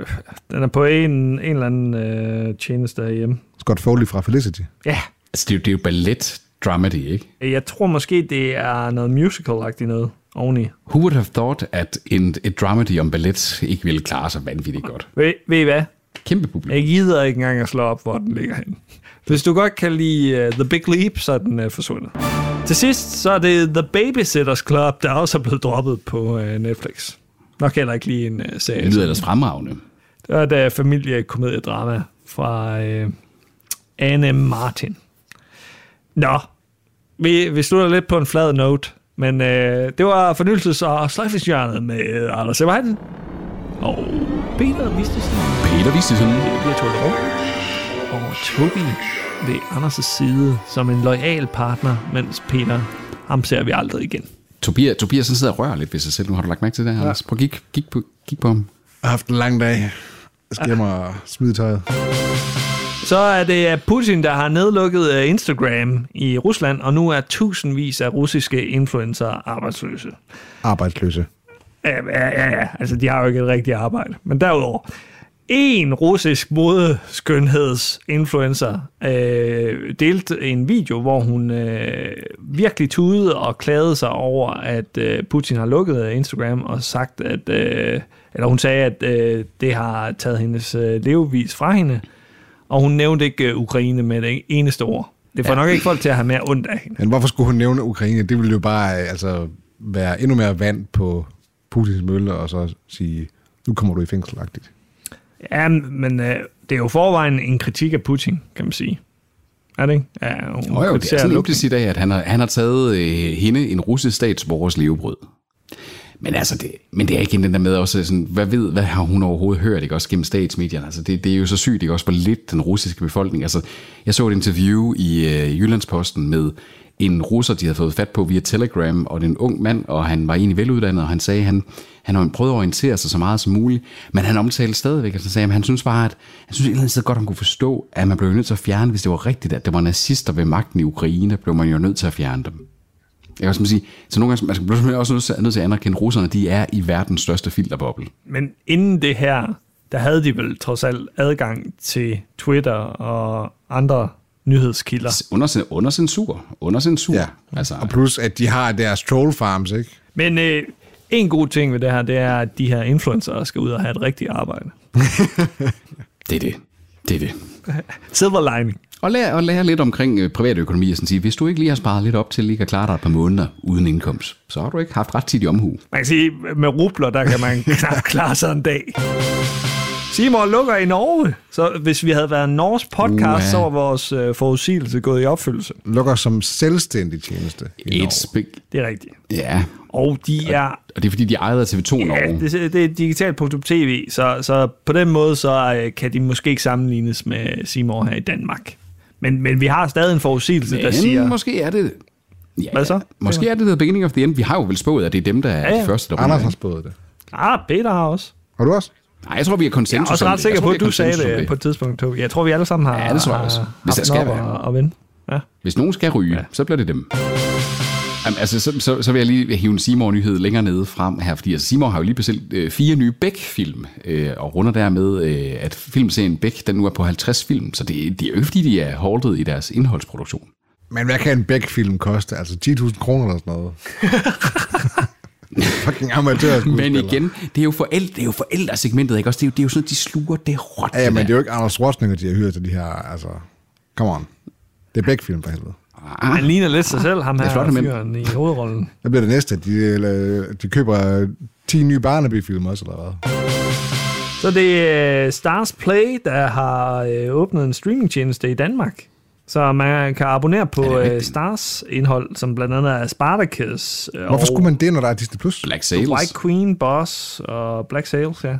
A: den er på en, en eller anden øh, tjeneste derhjemme.
B: Scott Foley fra Felicity.
A: Ja,
C: Altså, det er jo, det er jo ballet dramedy, ikke?
A: jeg tror måske, det er noget musical-agtigt noget oveni.
C: Who would have thought, at en, et dramedy om ballet ikke ville klare sig vanvittigt godt?
A: Ved, ved I hvad?
C: Kæmpe publikum.
A: Jeg gider ikke engang at slå op, hvor den ligger hen. Hvis du godt kan lide uh, The Big Leap, så er den uh, forsvundet. Til sidst, så er det The Babysitters Club, der også er blevet droppet på uh, Netflix. Nok heller ikke lige en uh, serie.
C: Det lyder ellers fremragende.
A: Det er et uh, familiekomediedrama fra uh, Anne Martin. Nå, vi, vi slutter lidt på en flad note, men øh, det var fornyelses- og sløjfeshjørnet med Anders Eberheiden og Peter Vistesen.
C: Peter Vistesen.
A: Jeg tog det Og Tobi ved Anders' side som en lojal partner, mens Peter, ham ser vi aldrig igen.
C: Tobias, Tobias han sidder og rører lidt ved sig selv. Nu har du lagt mærke til det, Anders. Prøv at kig, kig, på, kig på ham.
B: Jeg har haft en lang dag. Jeg skal hjem og smide tøjet.
A: Så er det øh, Putin, der har nedlukket øh, Instagram i Rusland, og nu er tusindvis af russiske influencer arbejdsløse.
B: Arbejdsløse.
A: Ja, ja, ja, ja. Altså, de har jo ikke et rigtigt arbejde. Men derudover, en russisk modeskønhedsinfluencer øh, delte en video, hvor hun øh, virkelig tudede og klagede sig over, at øh, Putin har lukket Instagram og sagt, at øh, eller hun sagde, at øh, det har taget hendes øh, levevis fra hende, og hun nævnte ikke øh, Ukraine med det eneste ord. Det får ja. nok ikke folk til at have mere ondt af hende.
B: Men hvorfor skulle hun nævne Ukraine? Det ville jo bare øh, altså, være endnu mere vand på Putins mølle, og så sige, nu kommer du i fængsel -agtigt.
A: Ja, men øh, det er jo forvejen en kritik af Putin, kan man sige. Er det ikke? Ja, hun
C: Og jo, det er
A: kritiserer
C: sådan
A: lukningen.
C: implicit af, at han har, han har taget øh, hende, en russisk statsborgers levebrød. Men altså, det, men det er igen den der med også, sådan, hvad ved, hvad har hun overhovedet hørt, ikke også gennem statsmedierne? Altså, det, det er jo så sygt, ikke også, hvor lidt den russiske befolkning. Altså, jeg så et interview i øh, Jyllandsposten med en russer, de havde fået fat på via Telegram, og det er en ung mand, og han var egentlig veluddannet, og han sagde, han, han har prøvet at orientere sig så meget som muligt, men han omtalte stadigvæk, og så sagde han, han synes bare, at han synes et eller andet sted godt, han kunne forstå, at man blev nødt til at fjerne, hvis det var rigtigt, at det var nazister ved magten i Ukraine, blev man jo nødt til at fjerne dem. Jeg kan også sige, så nogle gange man skal man bliver også nødt til, nødt til at anerkende, at russerne de er i verdens største filterboble.
A: Men inden det her, der havde de vel trods alt adgang til Twitter og andre nyhedskilder.
C: Under, under censur. Under censur.
B: Ja.
C: Altså,
B: Og plus, at de har deres troll farms, ikke?
A: Men øh, en god ting ved det her, det er, at de her influencer skal ud og have et rigtigt arbejde.
C: det er det. Det er det.
A: Silver lining.
C: Og lære, og lære lidt omkring øh, privatøkonomi og sådan sige, hvis du ikke lige har sparet lidt op til lige at klare dig et par måneder uden indkomst, så har du ikke haft ret tit i omhu.
A: Man kan sige, med rubler, der kan
C: *laughs*
A: man knap klare sig en dag. Simon lukker i Norge. Så hvis vi havde været en norsk podcast,
C: Uha.
A: så var vores øh, forudsigelse gået i opfyldelse.
B: Lukker som selvstændig tjeneste. i
C: Et
B: Norge.
C: spæk.
A: Det er rigtigt.
C: Ja,
A: Og de er
C: og det er fordi, de ejede TV2
A: Ja,
C: Norge.
A: det, det er digital.tv, så, så på den måde så øh, kan de måske ikke sammenlignes med Seymour her i Danmark. Men, men vi har stadig en forudsigelse, der
C: Men
A: siger...
C: måske er det... Ja,
A: Hvad så?
C: Måske er det the beginning of the end. Vi har jo vel spået, at det er dem, der er
A: Ja, ja.
C: de første, der
B: Anders
C: ryger.
B: har spået det.
A: Ah, Peter har også.
B: Har du også?
C: Nej, jeg tror, vi er
A: Jeg
C: konsensus
A: er også
C: om
A: ret
C: det.
A: sikker
C: Jeg tror,
A: på,
C: vi
A: at
C: er
A: du sagde
C: konsensus om
A: det på et tidspunkt, Tobi. Jeg tror, vi alle sammen har,
C: Ja, det tror jeg
A: har
C: også. Hvis
A: haft
C: der skal
A: den op
C: være.
A: at- at vinde. Ja.
C: Hvis nogen skal ryge, ja. så bliver det dem. Jamen, altså, så, så, så vil jeg lige hive en Simon-nyhed længere nede frem her, fordi altså, Simon har jo lige bestilt øh, fire nye Beck-film, øh, og runder dermed, øh, at filmserien Beck, den nu er på 50 film, så det, det er jo ikke, fordi de er haltet i deres indholdsproduktion.
B: Men hvad kan en Beck-film koste? Altså 10.000 kroner eller sådan
C: *laughs*
B: noget? Fucking amatør.
C: Men igen, det er jo, forældre, det er jo forældresegmentet, ikke også? Det er jo, det er jo sådan, at de sluger det råt.
B: Ja, ja, men
C: der.
B: det er jo ikke Anders Schwarzenegger, de har hyret til de her, altså... Come on. Det er Beck-film for helvede.
A: Han ligner lidt sig selv, ham
C: Ah. er
A: her
C: flotte mænd.
A: fyren i hovedrollen.
B: Hvad bliver det næste? De, eller, de køber 10 nye Barnaby-film også, eller hvad?
A: Så det er øh, Stars Play, der har øh, åbnet en streamingtjeneste i Danmark. Så man kan abonnere
C: det
A: på
C: er
A: øh,
C: rigtigt.
A: Stars-indhold, som blandt andet er Spartacus. øh,
B: Hvorfor
A: og-
B: skulle man det, når der er Disney+. Plus?
C: Black
A: The
C: Sales.
A: White Queen, Boss og Black Sails, ja.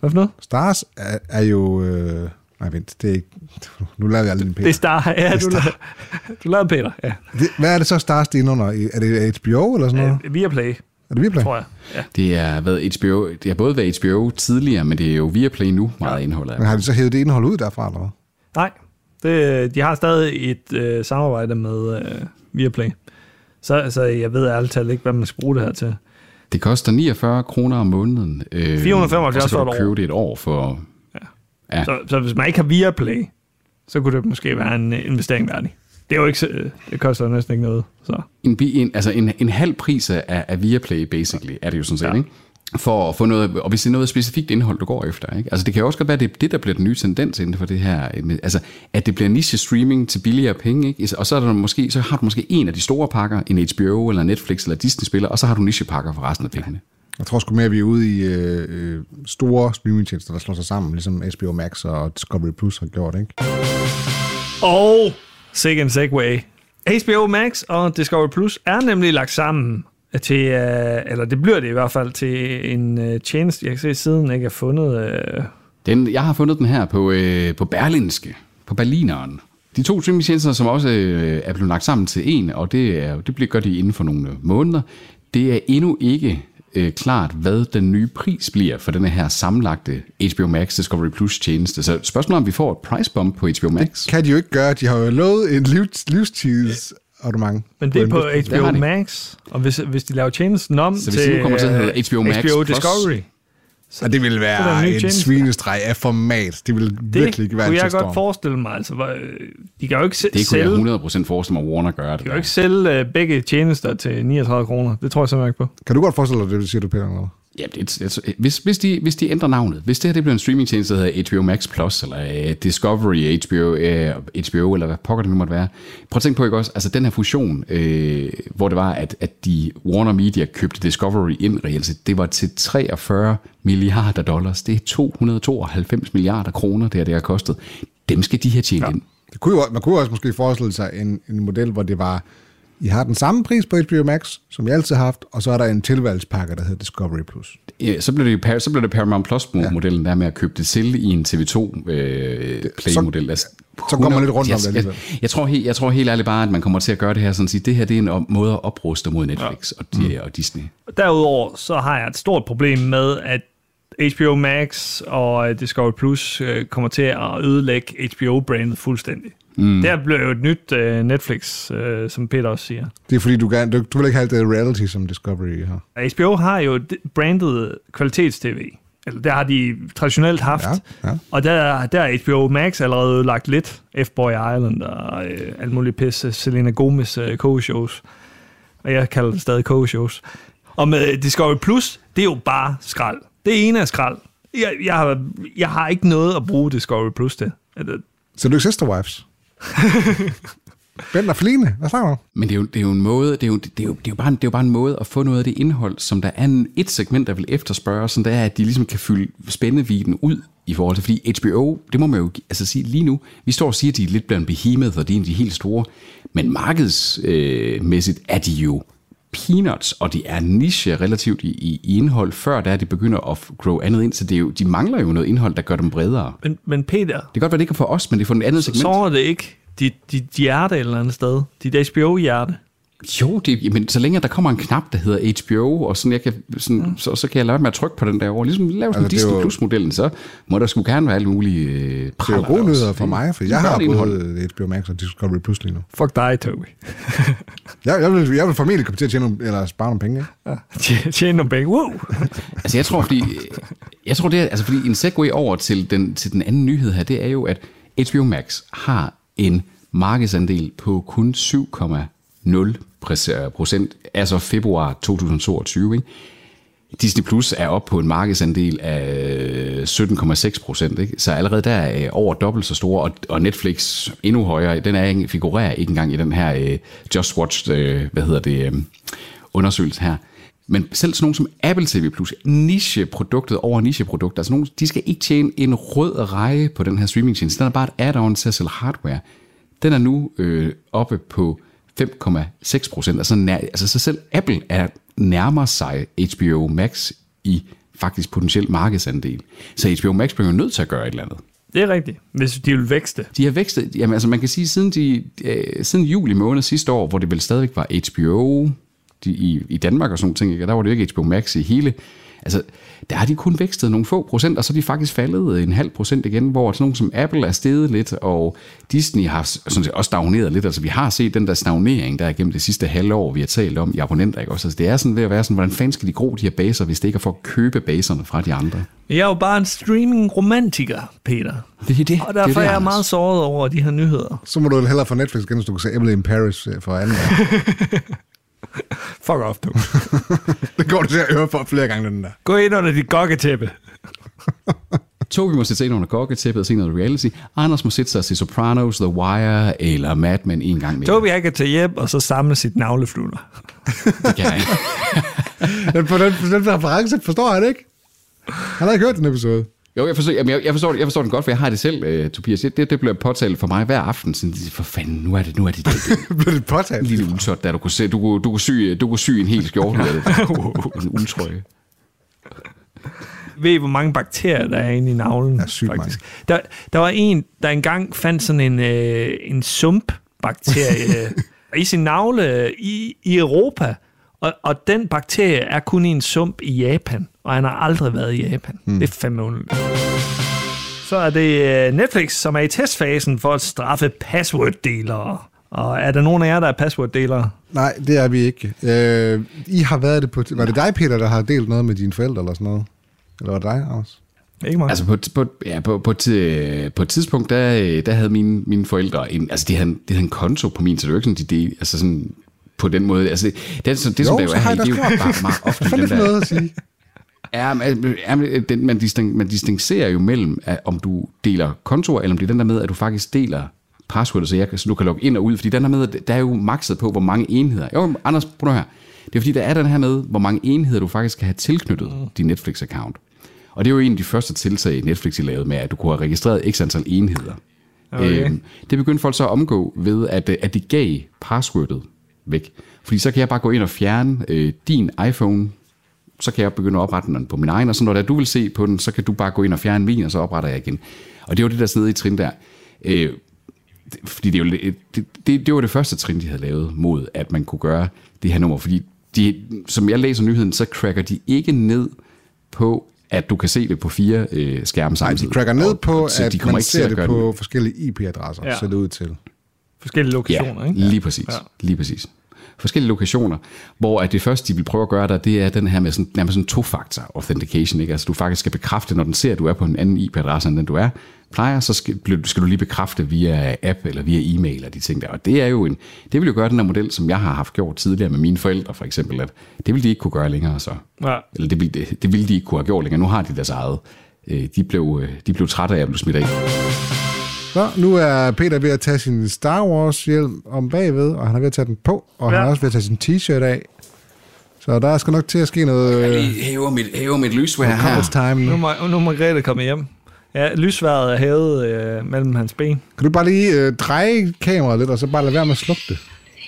A: Hvad for noget?
B: Stars er, er jo... Øh, nej, vent. Det er ikke... Nu lavede jeg lidt en
A: Det er
B: pæk.
A: Star. Ja, du, lavede, du lavede Peter. Ja.
B: Hvad er det så, Stars det er inde under? Er det HBO eller sådan noget?
A: Øh, via Play,
B: Er det Viaplay?
A: tror jeg. Ja.
C: Det er været HBO, det har både været HBO tidligere, men det er jo Viaplay nu, meget ja. indholdet af.
B: Men har de så hævet det indhold ud derfra, eller hvad?
A: Nej, det, de har stadig et øh, samarbejde med øh, Viaplay. Så, så jeg ved ærligt talt ikke, hvad man skal bruge det her til.
C: Det koster 49 kroner om måneden. Øh,
A: 475
C: og så kan
A: for
C: du
A: et
C: købe
A: år.
C: det et år for... Ja.
A: Så, så hvis man ikke har Viaplay, så kunne det måske være en øh, investering værdig. Det er jo ikke så, øh, det koster jo næsten ikke noget. Så.
C: En, bi- en, altså en, en halv pris af, af Viaplay, basically, er det jo sådan set,
A: Ja.
C: ja. ikke? for at få noget, og hvis det er noget specifikt indhold, du går efter. Ikke? Altså det kan jo også godt være, det er det, der bliver den nye tendens inden for det her, øh, med, altså at det bliver niche streaming til billigere penge, ikke? og så, er der måske, så har du måske en af de store pakker, en HBO eller Netflix eller Disney-spiller, og så har du nichepakker for resten af pengene.
B: Jeg tror sgu mere, at vi er ude i øh, øh, store streamingtjenester, der slår sig sammen, ligesom HBO Max og Discovery Plus har gjort, ikke?
A: Og sikke en segway. HBO Max og Discovery Plus er nemlig lagt sammen til, øh, eller det bliver det i hvert fald, til en øh, tjeneste, jeg kan se siden ikke er fundet. Øh.
C: Den, jeg har fundet den her på, øh, på Berlinske, på Berlineren. De to streamingtjenester, som også øh, er blevet lagt sammen til en, og det, er, det bliver gør de inden for nogle øh, måneder, det er endnu ikke øh, klart, hvad den nye pris bliver for den her sammenlagte HBO Max Discovery Plus tjeneste. Så spørgsmålet er, om vi får et price bump på HBO Max.
B: Kan de jo ikke gøre, de har jo lovet en liv, livstids abonnement.
A: Men det er på
C: Det
A: HBO
C: har de.
A: Max, og hvis, hvis de laver tjenesten om
C: Så hvis
A: til, øh,
C: det nu kommer til at hedde HBO Max
A: HBO
C: Plus-
A: Discovery,
B: Og det ville
A: Så er der
B: være
A: en ny
B: en
A: tjeneste.
B: svinestreg af format. Det ville
A: det
B: virkelig ikke være
A: kunne
B: en
A: jeg
B: shitstorm.
A: godt forestille mig. Altså, hvor, øh, de kan jo ikke se-
C: Det kunne
A: sælge, de
C: jeg 100% forestille mig, at Warner gør det.
A: kan jo ikke sælge øh, begge tjenester til 39 kroner. Det tror jeg simpelthen ikke på.
B: Kan du godt forestille dig det, du siger, du Peter? Eller? hvad?
C: Ja, det, det, hvis, hvis, de, hvis de ændrer navnet, hvis det her det bliver en streamingtjeneste, der hedder HBO Max Plus, eller øh, Discovery HBO, øh, HBO, eller hvad pokker det nu måtte være. Prøv at tænke på, ikke også? Altså den her fusion, øh, hvor det var, at, at de Warner Media købte Discovery ind reelt set, det var til 43 milliarder dollars. Det er 292 milliarder kroner, det her det har kostet. Dem skal de her tjene ja. ind.
B: Det kunne jo, man kunne jo også måske forestille sig en, en model, hvor det var, I har den samme pris på HBO Max, som I altid har haft, og så er der en tilvalgspakke, der hedder Discovery+. Plus.
C: Ja, så blev det, par- så blev det Paramount Plus-modellen, ja. der med at købe det til i en øh, TV2-play-model. Øh,
B: så går man lidt rundt om det
C: jeg,
B: alligevel.
C: jeg, jeg, tror helt, jeg tror helt ærligt bare, at man kommer til at gøre det her sådan at sige, det her det er en om- måde at opruste mod Netflix ja. og, de,
B: Mm.
C: og Disney.
A: Derudover så har jeg et stort problem med, at HBO Max og øh, Discovery Plus øh, kommer til at ødelægge HBO-brandet fuldstændig. Mm. Der blev jo et nyt øh, Netflix, øh, som Peter også siger.
B: Det er fordi, du, gerne, du, du vil ikke have alt det reality, som Discovery har.
A: HBO har jo d- brandet kvalitets-TV. Eller Altså, der har de traditionelt haft.
B: Ja, ja.
A: Og der, der er HBO Max allerede lagt lidt. F-Boy Island og øh, alt muligt pisse. Selena Gomez øh, co-shows. Og jeg kalder det stadig co-shows. Og med Discovery Plus, det er jo bare skrald. Det ene er skrald. Jeg, jeg, har, jeg har ikke noget at bruge Discovery Plus til. Altså, Eller,
B: Så du er Sister *laughs* Wives? Bent og Feline, hvad snakker du om?
C: Men det er, jo, det er jo en måde, det er jo, det er jo, det er jo bare, en- det er jo bare en måde at få noget af det indhold, som der er en, et segment, der vil efterspørge, sådan det er, at de ligesom kan fylde spændeviden ud i forhold til, fordi HBO, det må man jo altså sige lige nu, vi står og siger, at de er lidt blandt behemoth, og de er en af de helt store, men markedsmæssigt øh, er de jo peanuts, og de er niche relativt i, i, i indhold, før da de begynder at grow andet ind, så det er jo, de mangler jo noget indhold, der gør dem bredere.
A: men, men Peter,
C: Det kan godt være, det ikke er for os, men det er for en anden segment.
A: sårer det ikke dit, dit hjerte et eller andet sted? Dit HBO-hjerte?
C: Jo, det, men så længe der kommer en knap, der hedder HBO, og sådan, jeg kan, sådan, mm. så, så kan jeg lade være med at trykke på den derovre. Ligesom vi laver sådan
B: Altså, det
C: altså,
B: er
C: Disney
B: jo-
C: Plus-modellen, så må der sgu gerne være alle mulige øh,
B: Det er jo
C: praller
B: gode
C: der
B: nyheder
C: også,
B: for
C: ikke?
B: mig, for
C: Det
B: jeg
C: er
B: har
C: børneindhold.
B: både HBO Max og Discovery Plus lige nu.
A: Fuck dig, Toby.
B: Jeg, jeg, vil, jeg vil formentlig komme til at tjene nogle, eller spare nogle penge. ikke?
A: *laughs* Tj- Tjene nogle penge. Wow.
C: Altså jeg tror, fordi, jeg tror det er, altså, fordi en segue over til den, til den anden nyhed her, det er jo, at HBO Max har en markedsandel på kun 7,0 præ- procent, altså februar 2022. Ikke? Disney Plus er op på en markedsandel af 17,6 procent, ikke? så allerede der er øh, over dobbelt så store, og, og Netflix endnu højere, den er ikke, figurerer ikke engang i den her øh, Just Watched, øh, hvad hedder det, øh, undersøgelse her. Men selv sådan nogen som Apple TV Plus, nicheproduktet over nicheprodukter, altså nogen, de skal ikke tjene en rød reje på den her streamingtjeneste, den er bare et add-on til at sælge hardware. Den er nu øh, oppe på 5,6 procent. Altså, nær, altså så selv Apple er nærmer sig HBO Max i faktisk potentiel markedsandel. Så HBO Max bliver jo nødt til at gøre et eller andet.
A: *laughs* Det er rigtigt, hvis de vil vækste.
C: De har vækstet, jamen altså man kan sige, siden, de, øh, siden juli måned sidste år, hvor det vel stadigvæk var HBO de, i, i Danmark og sådan nogle ting, ikke? og der var det jo ikke HBO Max i hele, altså der har de kun vækstet nogle få procent, og så er de faktisk faldet en halv procent igen, hvor sådan nogle som Apple er steget lidt, og Disney har s- sådan set også stagneret lidt, altså vi har set den der stagnering der igennem det sidste halve år, vi har talt om i abonnenter, ikke også? Altså, det er sådan ved at være sådan, hvordan fanden skal de gro de her baser, hvis det ikke er for at købe baserne fra de andre?
A: Jeg er jo bare en streaming-romantiker, Peter.
C: Det er det.
A: Og derfor
C: det
A: det er,
C: det,
A: jeg
C: Anders.
A: meget såret over de her nyheder.
B: Så må du hellere få Netflix igen, hvis du kan se Emily in Paris øh, for anden gang.
A: Fuck off, du.
B: Det går du til at høre for flere gange, den der.
A: Gå ind under dit gokketæppe.
C: Tobi må sætte sig ind under kokketæppet og se noget reality. Anders må sætte sig og se Sopranos, The Wire eller Mad Men en gang mere.
A: Tobi han kan tage hjem og så samle sit navleflutter.
C: Det kan jeg ikke.
B: Den, for den, for den reference forstår han ikke. Han har ikke hørt den *laughs* episode.
C: Jo, jeg forstår, jamen, jeg, jeg, forstår, det- jeg forstår den godt, for jeg har det selv, øh, Tobias. Det, det bliver påtalt for mig hver aften. Sådan, for fanden, nu er det, nu er det det.
B: Blev det påtalt?
C: lille ultot, der du kunne, se, du, kunne, du, kunne sy, øh, du kunne sy en hel skjorte med
B: *laughs*
C: det. en uldtrøje.
A: ved I, hvor mange bakterier, der er inde i navlen.
B: er sygt
A: Der, der var en, der engang fandt sådan en, øh, en
C: *laughs*
A: sumpbakterie øh, i sin navle øh, i, i Europa, og, og den bakterie er kun i en sump i Japan, og han har aldrig været i Japan.
C: Hmm.
A: Mm. Det er fandme underligt. Så er det øh, Netflix, som er i testfasen for at straffe password-delere. Og er der nogen af jer, der er password-delere?
B: Nej, det er vi ikke. Øh, I har været det på... Var det dig, Peter, der har delt noget med dine forældre eller sådan noget? Eller var det dig, Anders?
A: Ikke mig.
C: Altså på, et- på, et- ja, på, på, et, ti- på et tidspunkt, der, øh, der havde mine, mine forældre en, altså de havde, en- de havde en konto på min, så det var ikke sådan, de, de altså sådan, på den måde. Altså, det, det er sådan, det, som
B: Jo,
C: der jo
B: så
C: er
B: har
C: her, i,
B: jeg
C: det er jo
B: da også
C: bare *laughs* meget ofte
B: Hvad er
C: den
B: det for
C: der,
B: noget at sige?
C: Ja, men, øh, ja, men den, man, distin- man distancerer jo mellem, at, om du deler kontor, eller om det er den der med, at du faktisk deler password, så, jeg, kan- så du kan logge ind og ud. Fordi den der med, at der er jo makset på, hvor mange enheder. Jo, Anders, prøv nu her. Det er fordi, der er den her med, hvor mange enheder du faktisk kan have tilknyttet din Netflix-account. Og det er jo en af de første tiltag, Netflix i lavede med, at du kunne have registreret x antal enheder.
A: Okay.
B: Mm.
C: Øhm, det begyndte folk så at omgå ved, at, øh, at de gav passwordet væk. Fordi så kan jeg bare gå ind og fjerne øh, din iPhone, så kan jeg begynde at oprette den på min egen, og så når det er, du vil se på den, så kan du bare gå ind og fjerne min, og så opretter jeg igen. Og det var det der snedige trin der. Øh, det- fordi det, er jo, lidt- det, det, det var det første trin, de havde lavet mod, at man kunne gøre det her nummer. Fordi de, som jeg læser nyheden, så cracker de ikke ned på, at du kan se det på fire øh, skærme
B: Nej,
C: samtidig.
B: de cracker ned
C: Og-
B: på,
C: så
B: at
C: kommer
B: man
C: ikke til
B: ser
C: at
B: det
C: gøre
B: på forskellige IP-adresser,
A: Ja.
B: ja. ser det ud til.
A: Forskellige lokationer,
C: Ja,
A: ikke?
C: lige præcis.
A: Ja.
C: Ja. Lige præcis. Forskellige lokationer, hvor at det første, de vil prøve at gøre der, det er den her med sådan, nærmest sådan to-factor authentication. Ikke? Altså du faktisk skal bekræfte, når den ser, at du er på en anden IP-adresse, end den du er, plejer, så skal, bliver- skal du lige bekræfte via app eller via e-mail og de ting der. Og det er jo en, det vil jo gøre den her model, som jeg har haft gjort tidligere med mine forældre for eksempel, at det vil de ikke kunne gøre længere så.
A: Ja.
C: Eller det ville, det, det ville de ikke kunne have gjort længere. Nu har de deres eget. Øh, De blev, øh, de blev trætte af at blive smidt af.
B: Så, nu er Peter ved at tage sin Star Wars-hjelm om bagved, og han er ved at tage den på, og ja. han
A: Ja.
B: er også ved at tage sin t-shirt af. Så der skal nok til at ske noget
C: Jeg
B: øh,
C: lige hæver mit, hæver mit lysvær her.
B: college time nu.
A: Nu må, nu må Grete komme hjem. Ja, lysværet er hævet øh, mellem hans ben.
B: Kan du bare lige øh, dreje kameraet lidt, og så bare lade være med at slukke det?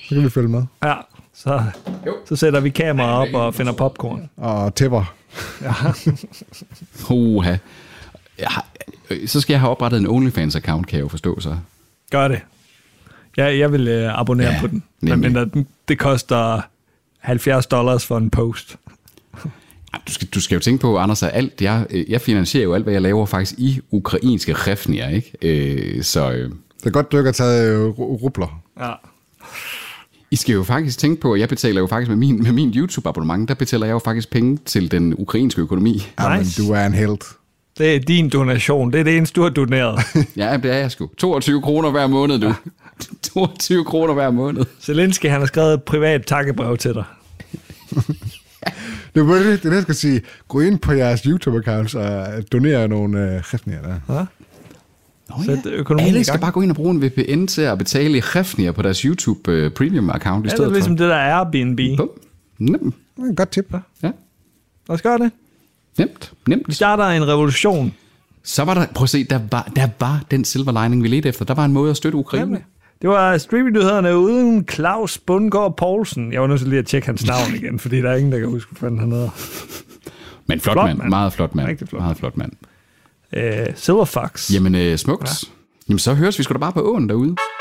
B: Så kan vi følge med.
A: Ja, så, så sætter vi kameraet op og finder popcorn.
B: Og tæpper.
C: Hoha. Jeg har, øh, så skal jeg have oprettet en OnlyFans-account, kan jeg jo forstå så.
A: Gør det. Jeg, jeg vil øh, abonnere
C: Ja,
A: på den.
C: nemlig.
A: Men, men der, den, det koster 70 dollars for en post.
C: Ej, Du skal, du skal jo tænke på, Anders, at alt, jeg, øh, jeg finansierer jo alt, hvad jeg laver faktisk i ukrainske refnier, ikke? Øh, så øh,
B: Det er godt, du ikke har taget øh, ru- rubler.
A: Ja.
C: I skal jo faktisk tænke på, at jeg betaler jo faktisk med min, med min YouTube-abonnement, der betaler jeg jo faktisk penge til den ukrainske økonomi.
B: Jamen,
A: Nice.
B: du er en held.
A: Det er din donation. Det er det eneste, du har doneret.
C: Ja, det er jeg sgu. 22 kroner hver måned, du. *laughs* 22 kroner hver måned.
A: Zelensky, han har skrevet et privat takkebrev til dig.
B: Det er det, det, er det, jeg skal sige. Gå ind på jeres YouTube-accounts og doner nogle øh, refnier der.
C: Nå,
A: Sæt økonomien i
C: Alle skal
A: gang.
C: bare gå ind og bruge en VPN til at betale i refnier på deres YouTube øh, Premium-account i
A: Ja, det er
C: stedet
A: ligesom det der er Airbnb.
C: for. Bum. Nemt.
B: Det er et godt tip.
C: Ja.
A: Lad os gøre det.
C: Nemt,
A: Vi
C: nemt.
A: starter en revolution.
C: Så var der, prøv at se, der var, der var den silver lining, vi ledte efter. Der var en måde at støtte Ukraine.
A: Det var streamingnyhederne uden Claus Bundgaard Poulsen. Jeg var nødt til lige at tjekke hans navn igen, fordi der er ingen, der kan huske, hvad fanden han hedder.
C: Men flot,
A: Flot
C: mand.
A: mand.
C: Meget flot mand.
A: Rigtig flot
C: Meget flot mand.
A: Øh, Silverfax.
C: Jamen, øh, smukt. Ja. Jamen, så høres vi sgu da bare på åen derude.